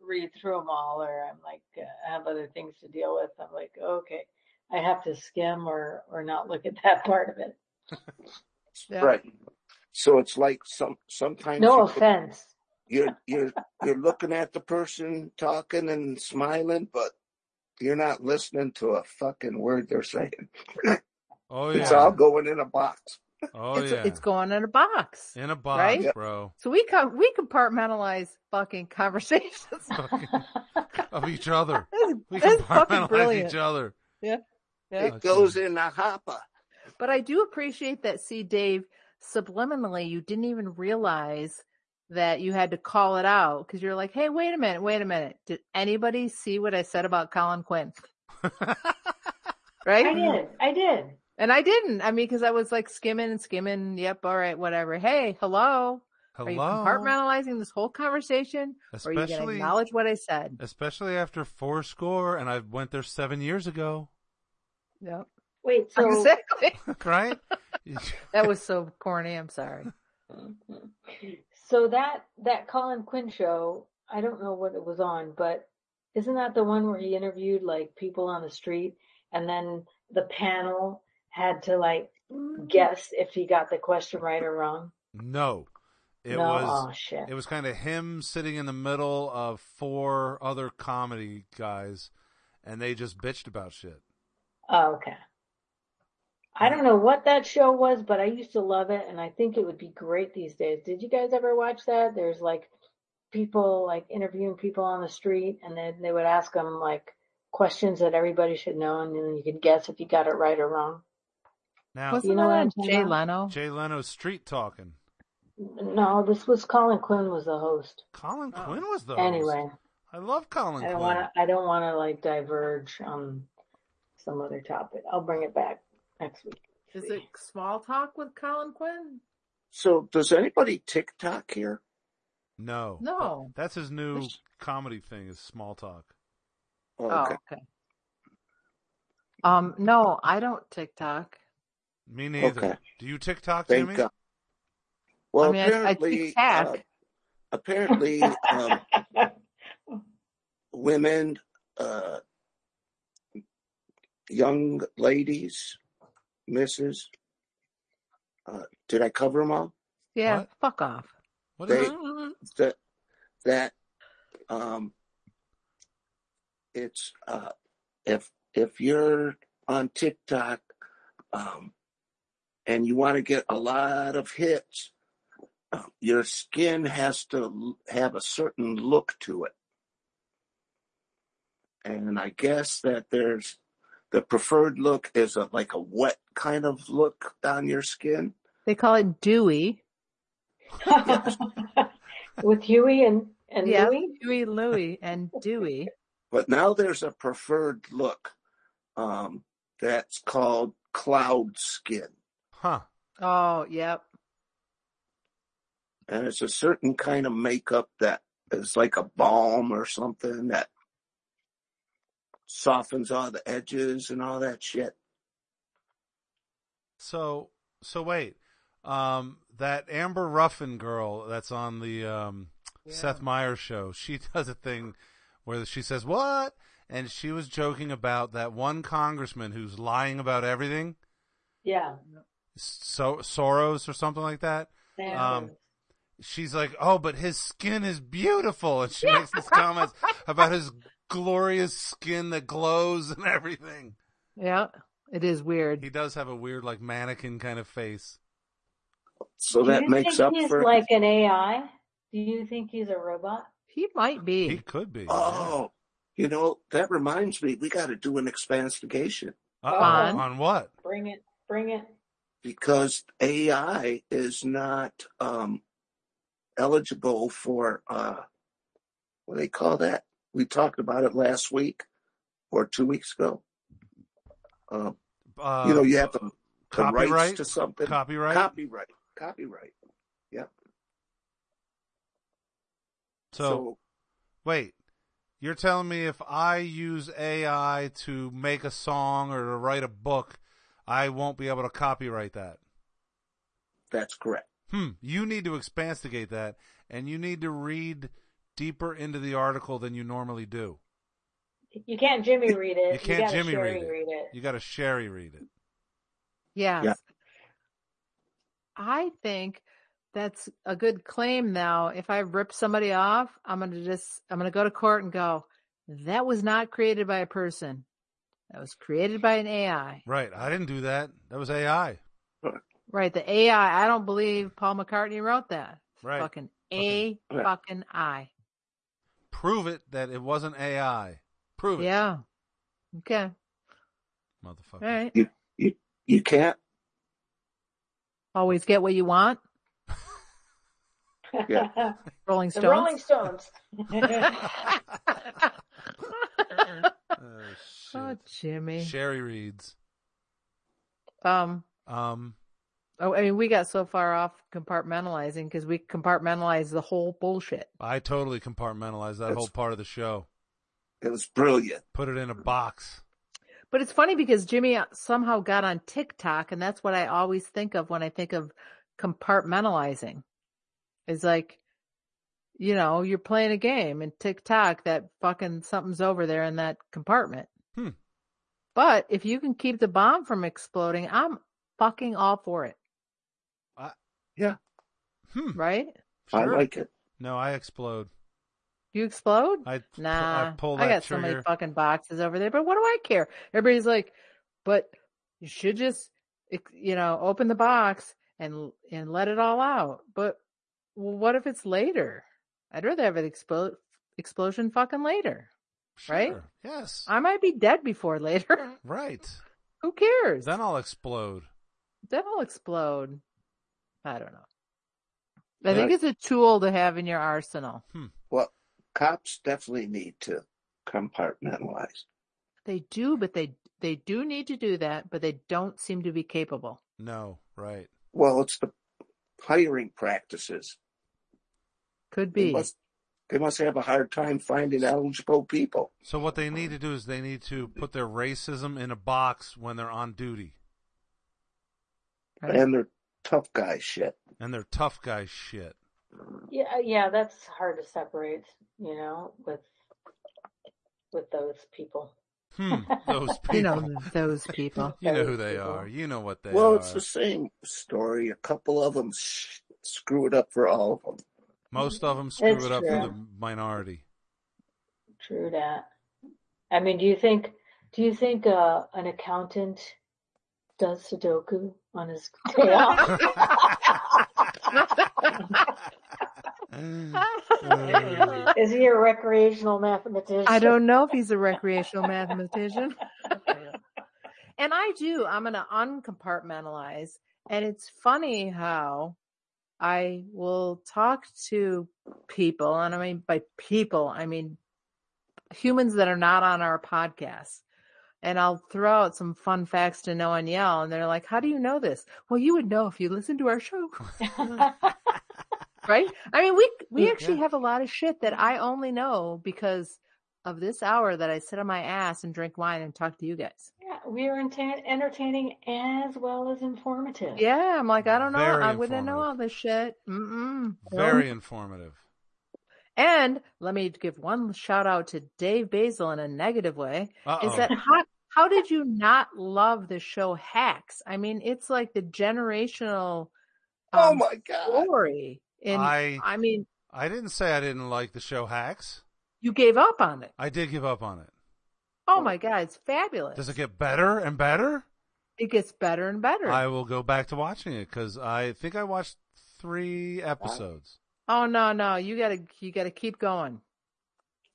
D: read through them all, or I'm like, uh, I have other things to deal with. I'm like, okay, I have to skim or or not look at that part of it.
C: Yeah.
A: Right. So it's like some sometimes
D: No
A: you-
D: offense.
A: you're you're you're looking at the person talking and smiling, but you're not listening to a fucking word they're saying.
B: Oh
A: It's
B: yeah.
A: all going in a box.
B: Oh
C: it's
B: yeah.
C: it's going in a box.
B: in a box,
C: right?
A: Yep.
B: bro.
C: So we co- we compartmentalize fucking conversations.
B: Fucking of each other. We
C: That's fucking
B: compartmentalize
C: brilliant.
B: each other.
C: Yeah.
A: It goes in a hopper.
C: But I do appreciate that. See, Dave, subliminally, you didn't even realize that you had to call it out because you're like, "Hey, wait a minute, wait a minute. Did anybody see what I said about Colin Quinn?" Right?
D: I did. I did.
C: And I didn't. I mean, because I was like skimming and skimming. Yep. All right. Whatever. Hey, hello. Are you
B: Hello.
C: compartmentalizing this whole conversation, or are you going to
B: Especially Uh,
C: acknowledge what I said?
B: especially after four score and I went there seven years ago.
C: Yep.
D: Wait, so
C: exactly.
B: Right?
C: That was so corny. I'm sorry.
D: Mm-hmm. so that that Colin Quinn show, I don't know what it was on, but isn't that the one where he interviewed like people on the street and then the panel had to like
B: Mm-hmm.
D: guess if he got the question right or wrong?
B: no. It
D: no,
B: was
D: oh shit.
B: It was kind of him sitting in the middle of four other comedy guys, and they just bitched about shit.
D: Oh, okay. I don't know what that show was, but I used to love it, and I think it would be great these days. Did you guys ever watch that? There's like people like interviewing people on the street, and then they would ask them like questions that everybody should know, and then you could guess if you got it right or wrong.
B: Now,
C: Wasn't
D: know what
C: that
D: I'm
C: on
D: talking
C: Jay
D: about?
C: Leno?
B: Jay Leno's street talking.
D: No, this was Colin Quinn was the host.
B: Colin Quinn was the host.
D: Anyway,
B: I love Colin
D: I don't
B: Quinn.
D: want to. I don't want to like diverge on some other topic. I'll bring it back next week.
C: Is it small talk with Colin Quinn?
A: So does anybody TikTok here?
B: No,
C: No.
B: that's his new
C: This-
B: comedy thing is small talk.
A: Oh, okay.
C: Oh, okay. Um, no, I don't TikTok.
B: Me neither.
A: Okay.
B: Do you TikTok,
A: Thank
B: Jimmy?
A: God. Well,
C: I mean, I, I
A: apparently,
C: TikTok.
A: uh, apparently, um, women, uh, young ladies, misses. Uh, did I cover them all?
C: yeah,
B: What?
C: fuck off.
B: What is
A: They
B: it?
A: that that um, it's uh, if if you're on TikTok um, and you want to get a lot of hits, uh, your skin has to l- have a certain look to it. and I guess that there's the preferred look is a, like a wet kind of look on your skin.
C: They call it Dewey.
D: With Huey and and
C: yeah,
D: Louie.
C: Dewey, Louie, and Dewey.
A: But now there's a preferred look um, that's called cloud skin,
B: Huh?
C: Oh, yep.
A: and it's a certain kind of makeup that is like a balm or something that softens all the edges and all that shit.
B: So, so wait. Um, that Amber Ruffin girl that's on the um, Seth Meyers show, she does a thing where she says what, and she was joking about that one congressman who's lying about everything,
D: Yeah.
B: so Soros or something like that. Um, She's like, oh, but his skin is beautiful, and she makes this comment about his glorious skin that glows and everything.
C: Yeah. It is weird.
B: He does have a weird, like mannequin kind of face.
A: So
D: Do
A: that
D: you
A: makes
D: think
A: up
D: he's
A: for
D: like an AI? Do you think he's a robot?
C: He
B: He
C: might be.
B: could be.
A: oh, you know that reminds me, we got to do an investigation.
B: yeah. Uh-oh,
C: On?
B: on what?
D: Bring it, bring it.
A: because AI is not um, eligible for uh, what do they call that? We talked about it last week or two weeks ago. Um,
B: Uh,
A: you know, you have the, the rights
B: copyright?
A: to something.
B: copyright.
A: Copyright. Copyright.
B: so, wait, you're telling me if I use AI to make a song or to write a book, I won't be able to copyright that?
A: that's correct.
B: Hmm. You need to investigate that, and you need to read deeper into the article than you normally do.
D: You can't Jimmy read it.
B: You can't
D: gotta
B: Jimmy
D: Sherry
B: read it.
D: Read it.
B: You got to Sherry read it.
C: Yes. I think that's a good claim now. If I rip somebody off, I'm going to just, I'm going to go to court and go, that was not created by a person. That was created by an AI.
B: Right. I didn't do that. That was AI.
C: Right. The AI. I don't believe Paul McCartney wrote that.
B: Right.
C: Fucking A
A: Right.
C: fucking I.
B: Prove it that it wasn't AI. Prove it.
C: Yeah. Okay.
B: Motherfucker.
C: All right.
A: You can't.
C: Always get what you want.
A: Yeah.
C: Rolling
D: the
C: Stones.
D: Rolling Stones.
B: Oh,
C: oh,
B: shit.
C: Jimmy.
B: Sherry reads.
C: Um,
B: Um,
C: Oh, I mean, we got so far off compartmentalizing because we compartmentalized the whole bullshit.
B: I totally compartmentalized that
A: That's-
B: whole part of the show.
A: It was brilliant.
B: Put it in a box.
C: But it's funny because Jimmy uh, somehow got on TikTok, and that's what I always think of when I think of compartmentalizing. Is like, you know, you're playing a game and TikTok that fucking something's over there in that compartment.
B: Hmm.
C: But if you can keep the bomb from exploding, I'm fucking all for it,
B: Hmm.
C: right?
B: Sure.
A: I like it.
B: No, I explode.
C: You explode?
B: I
C: Nah,
B: I pull
C: I
B: that
C: got so
B: trigger.
C: many fucking boxes over there. But what do I care? Everybody's like, but you should just, ex- you know, open the box and and let it all out. But well, what if it's later? I'd rather have an explo- explosion fucking later. right?
B: Sure. Yes.
C: I might be dead before later.
B: right.
C: Who cares?
B: Then I'll explode.
C: Then I'll explode. I don't know. I think
A: Yeah.
C: it's a tool to have in your arsenal.
A: Well, cops definitely need to compartmentalize.
C: They do, but they they do need to do that, but they don't seem to be capable.
B: No. Right.
A: Well, it's the hiring practices.
C: Could
A: They
C: be.
A: must, they must have a hard time finding eligible people.
B: So what they need to do is they need to put their racism in a box when they're on duty
C: Right.
A: And they're tough guy shit.
B: and they're tough guy shit.
D: Yeah, yeah, that's hard to separate, you know, with with those people.
B: Hmm. Those people.
C: you know those people.
B: You know
D: Those
B: who they
D: people.
B: are. You know what they
A: well,
B: are.
A: it's the same story. A couple of them sh- screw it up for all of them.
B: Most of them screw
D: It's
B: it up for the
D: true.
B: minority.
D: True that. I mean, do you think do you think uh, an accountant does Sudoku on his day off?
B: Uh,
D: Is he a recreational mathematician?
C: I don't know if he's a recreational mathematician. and I do. I'm going to uncompartmentalize. And it's funny how I will talk to people. And I mean, by people, I mean humans that are not on our podcast. And I'll throw out some fun facts to know and yell. And they're like, How do you know this? Well, you would know if you listened to our show. right? I mean, we we
B: Yeah.
C: actually have a lot of shit that I only know because of this hour that I sit on my ass and drink wine and talk to you guys.
D: Yeah, we are enta- entertaining as well as informative.
C: Yeah, I'm like, I don't know,
B: Oh, Very
C: I wouldn't know
B: informative.
C: all this shit. Mm-mm.
B: Very informative.
C: And let me give one shout out to Dave Basil in a negative way.
B: Uh-oh.
C: Is that how, how did you not love the show Hacks? I mean, it's like the generational
A: Oh
C: um,
A: my God.
C: story. And
B: I-
C: I mean,
B: I didn't say I didn't like the show Hacks.
C: you gave up on it.
B: I did give up on it.
C: Oh my God, it's fabulous.
B: Does it get better and better?
C: it gets better and better.
B: I will go back to watching it because I think I watched three episodes.
C: Oh no, no, you gotta you gotta keep going.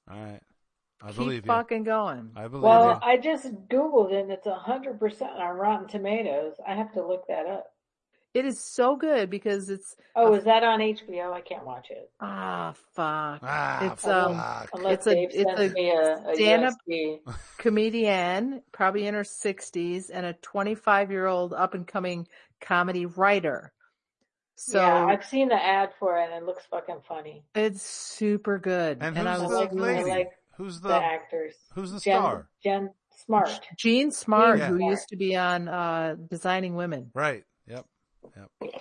B: All right. I
C: keep
B: believe you.
C: fucking going.
B: I believe
D: Well, uh,
B: you.
D: I just Googled it and it's 100% on Rotten Tomatoes. I have to look that up.
C: It is so good because it's
D: Oh, is that on HBO? I can't watch it.
C: ah fuck.
B: Ah,
C: it's um
B: fuck.
D: Unless
C: It's a-
D: Dave
C: it's
D: sends
C: a
D: me a, a
C: stand-up-
D: USB.
C: comedian, probably in her sixties, and a twenty five year old up and coming comedy writer. So
D: yeah, I've seen the ad for it and it looks fucking funny.
C: it's super good.
B: And
C: I
B: who's
C: was
D: I
B: the
D: like-
C: like,
D: I
B: lady?
D: like
B: who's
D: The,
B: the
D: actors.
B: who's the
D: Jen,
B: star?
D: Jen Smart.
C: Gene Smart,
B: Yeah.
C: who used to be on uh Designing Women.
B: Right. Yep.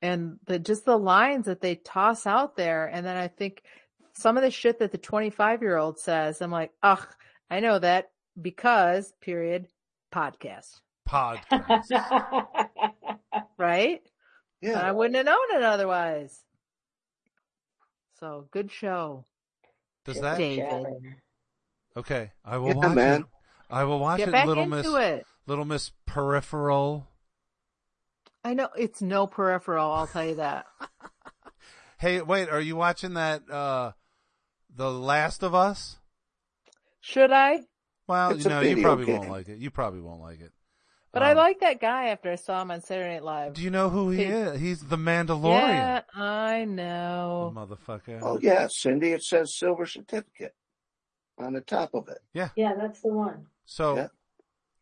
C: and the just the lines that they toss out there and then i think some of the shit that the 25 year old says, I'm like, ugh, I know that because, period, podcast,
B: Podcast.
C: right? And
A: Yeah.
C: I wouldn't have known it otherwise. So good show.
B: Does that?
C: David.
B: Okay. I will
A: Yeah,
B: watch
A: man.
B: it. I will watch
C: Get
B: it.
C: back
B: Little
C: into
B: Miss,
C: it.
B: Little Miss Peripheral.
C: I know it's no peripheral. I'll tell you that.
B: Hey, wait. Are you watching that? uh The Last of Us.
C: Should I?
B: Well,
A: It's a
B: no, you
A: video
B: probably won't
A: game.
B: like it. You probably won't like it.
C: But I
B: Um,
C: like that guy after I saw him on Saturday Night Live.
B: Do you know who he
C: Hey.
B: is? He's the Mandalorian.
C: yeah, I
B: The
C: know.
B: motherfucker.
A: Oh yeah, Cindy. It says silver certificate on the top of it.
D: Yeah, that's the one.
B: So
A: Yeah.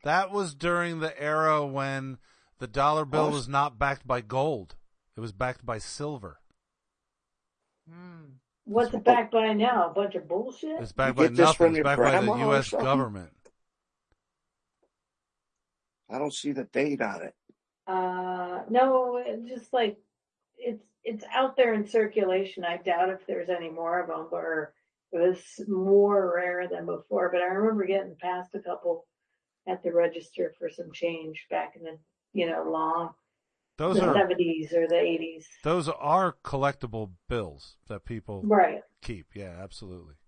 B: that was during the era when the dollar bill
A: Awesome.
B: was not backed by gold; it was backed by silver.
C: Hmm.
D: What's it back by now? A bunch of bullshit?
B: It's backed
A: You
B: by
A: get this from
B: nothing. It's
A: your
B: backed by the
A: grandma or
B: U.S.
A: something?
B: government.
A: I don't see the date on it.
D: Uh, no, it's just like it's it's out there in circulation. I doubt if there's any more of them, or it was more rare than before. But I remember getting past a couple at the register for some change back in the you know long
B: Those
D: the
B: are
D: seventies or the eighties.
B: those are collectible bills that people
D: Right.
B: keep. Yeah, absolutely.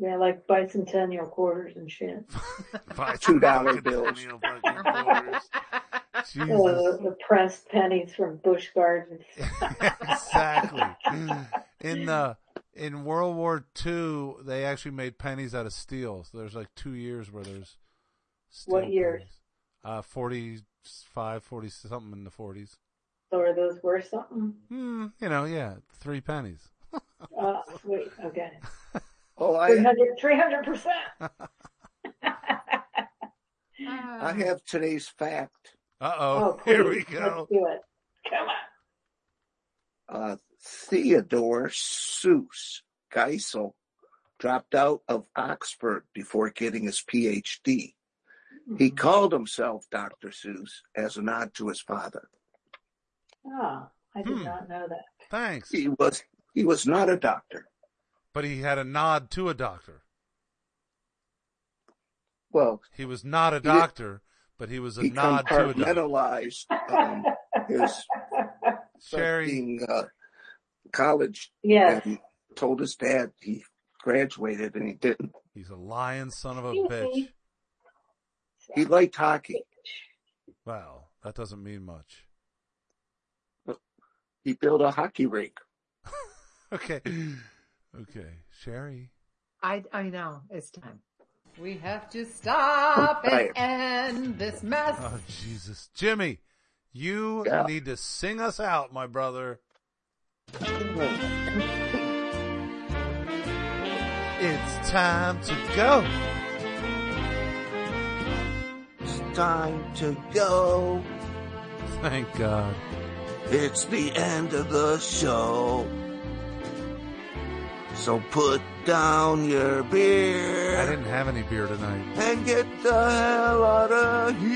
D: Yeah, like bicentennial quarters and shit.
A: $2 bills.
B: Jesus.
D: The, the pressed pennies from Bush Gardens.
B: exactly. In the in World War II, they actually made pennies out of steel. So there's like two years where there's steel
D: What years?
B: pennies. Uh, 45, 40, something in the 40s.
D: So are those worth something?
B: Hmm, you know, yeah, three pennies.
D: Uh, wait, okay.
A: Oh, I
D: 300 percent.
A: I have today's fact.
B: Uh oh, here we go.
D: Let's do it. Come on.
A: Uh, Theodore Seuss Geisel dropped out of Oxford before getting his PhD. He called himself Dr. Seuss as a nod to his father.
D: Oh, I did
B: Hmm.
D: not know that.
B: Thanks.
A: He was he was not a doctor.
B: But he had a nod to a doctor.
A: Well,
B: He was not a
A: did-
B: doctor, but he was a
A: he
B: nod to a doctor.
A: compartmentalized um, his
B: Sherry,
A: fucking, uh, college
D: Yes.
A: and told his dad he graduated and he didn't.
B: he's a lion son of a
D: Excuse
B: bitch.
D: me.
A: He liked hockey.
B: Well, that doesn't mean much.
A: He built a hockey rink.
B: Okay. Okay. Sherry.
C: I I know it's time. We have to stop and
A: Right.
C: end this mess.
B: Oh, Jesus. Jimmy, you
A: Yeah.
B: need to sing us out, my brother. It's time to go.
A: It's time to go.
B: Thank God.
A: It's the end of the show. So put down your
B: I
A: beer
B: didn't have any beer tonight.
A: and get the hell out of here.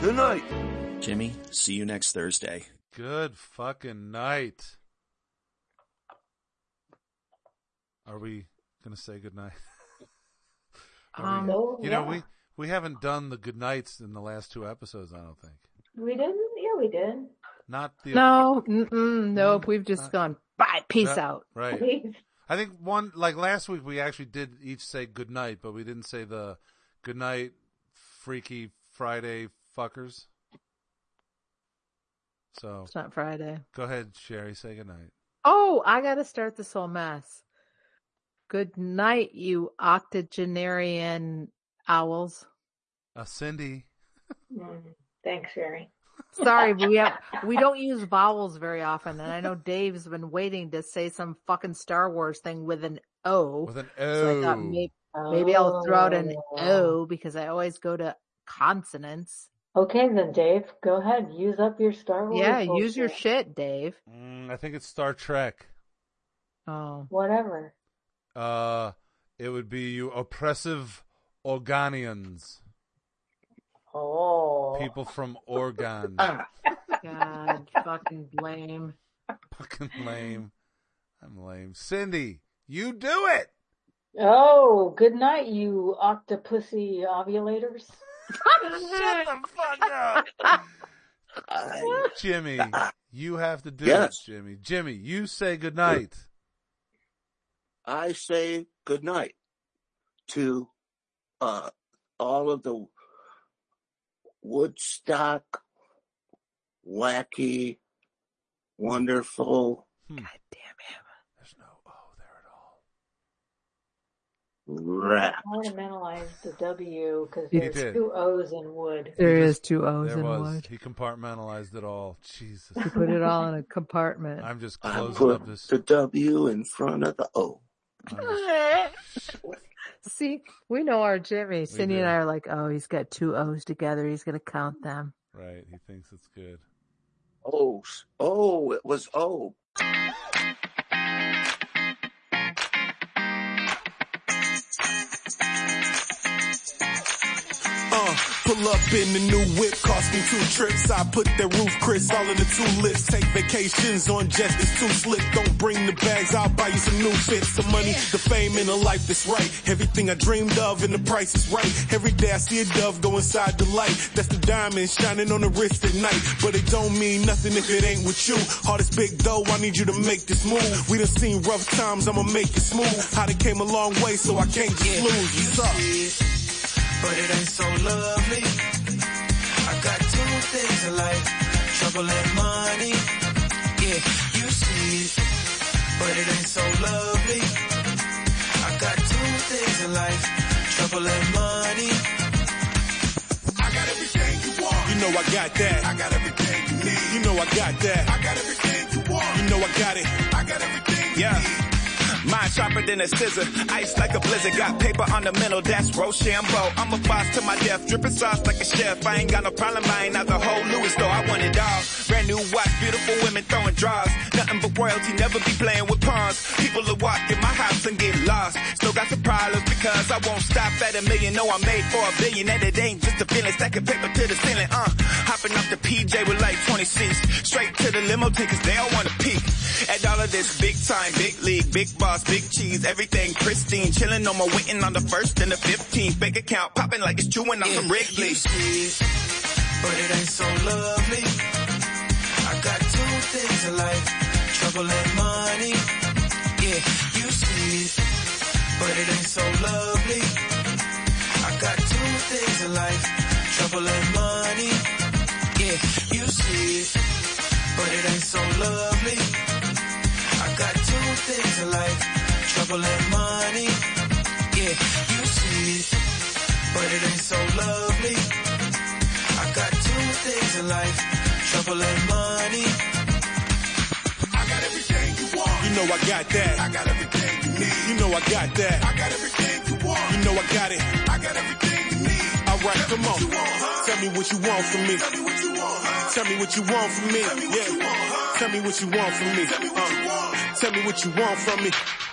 A: Good night.
G: Jimmy, see you next Thursday.
B: Good fucking night. Are we going to say good night? Are we-
C: Um,
D: Oh,
B: you know,
D: yeah.
B: we, we haven't done the good nights in the last two episodes, I don't think.
D: We didn't? Yeah, we did.
B: Not the.
C: no, mm-mm, nope. We've just
B: Uh,
C: gone. Bye. Peace
B: that-
C: out.
B: Right.
D: We-
B: I think one like last week we actually did each say good night, but we didn't say the good night freaky Friday fuckers. So
C: It's not Friday.
B: go ahead, Sherry, say good night.
C: Oh, I got to start this whole mess. Good night, you octogenarian owls.
B: Uh, Cindy,
D: Mm, Thanks, Sherry.
C: Sorry, but we have we don't use vowels very often, and I know Dave's been waiting to say some fucking Star Wars thing with an O.
B: with an
C: So
B: O.
C: I thought maybe maybe I'll throw out an O because I always go to consonants.
D: Oh. Okay, then, Dave, go ahead. Use up your Star Wars.
C: Yeah, use your
D: bullshit.
C: shit, Dave.
B: Mm, I think it's Star Trek.
C: Oh,
D: Whatever.
B: Uh, it would be you oppressive Organians,
D: Oh.
B: people from Oregon.
A: Ah,
C: God fucking blame.
B: Fucking lame. I'm lame. Cindy, you do it.
D: Oh, good night, you octopussy ovulators.
B: Shut the fuck up.
A: I-
B: Jimmy, you have to do
A: Yes.
B: it, Jimmy. Jimmy, you say goodnight.
A: I say good night to uh, all of the Woodstock, wacky, wonderful,
C: God damn
B: Hmm. There's no O there at all.
A: rap.
D: I Ornamentalized the W because
C: He
D: there's
B: did.
D: two O's in wood.
C: him. There
B: He
C: is
B: just-
C: two O's
B: There
C: in
B: was.
C: wood.
B: He compartmentalized it all. Jesus.
C: You put it all in a compartment.
B: I'm just
A: I
B: closing
A: put
B: up this.
A: the W in front of the O.
B: I'm just
C: See, we know our Jimmy. Cindy
B: do.
C: and I are like, oh, he's got two O's together. He's going to count them.
B: Right. He thinks it's good.
A: Oh, s- oh, it was O.
H: Uh, pull up in the new whip, costing two trips. I put that roof, Chris, all in the two lips. Take vacations on jets, it's too slick. Don't bring the bags, I'll buy you some new shit. Some money, the fame, and a life that's right. Everything I dreamed of, and the price is right. Every day I see a dove go inside the light. That's the diamond shining on the wrist at night. But it don't mean nothing if it ain't with you. Hardest big though, I need you to make this move. We done seen rough times, I'ma make it smooth. I done came a long way, so I can't just lose. What's up?
I: but it ain't so lovely. I got two things I like, trouble and money. Yeah, you see it, but it ain't so lovely. I got two things in life, trouble and money.
H: I got everything you want. You know I got that. I got everything you need. You know I got that. I got everything you want. You know I got it. I got everything you
I: Yeah.
H: need.
I: Mind sharper than a scissor, ice like a blizzard. Got paper on the middle, that's Rochambeau. I'm a boss to my death, dripping sauce like a chef. I ain't got no problem, I ain't out the whole Louis though. I want it all. Brand new watch, beautiful women throwing draws. Nothing but royalty, never be playing with pawns. People will walk in my house and get lost. Still got some problems because I won't stop at a million. No, I'm made for a billion, and it ain't just a feeling. Stacking paper to the ceiling, uh. Hopping off the PJ with like 20 seats. Straight to the limo, take us, they all wanna peek. At all of this big time, big league, big boss, big cheese, everything pristine. Chilling on my waiting on the first and the 15th. Bank account popping like it's chewing on some
H: You
I: Wrigley.
H: see it,
I: But it ain't so lovely. I got two things in life, trouble and money. Yeah, you see it, but it ain't so lovely. I got two things in life, trouble and money. Yeah, you see it, but it ain't so lovely. I got two things in life, trouble and money. Yeah, you see it, but it ain't so lovely. I got two things in life, trouble and money.
H: I got everything you want. You know I got that. I got everything you need. You know I got that. I got everything you want. You know I got it. I got everything you need. All right, come on. Tell me what you want from me. Tell me what you want. Tell me what you want from me. Yeah. Tell me what you want from me. Uh, Tell me what you want from me.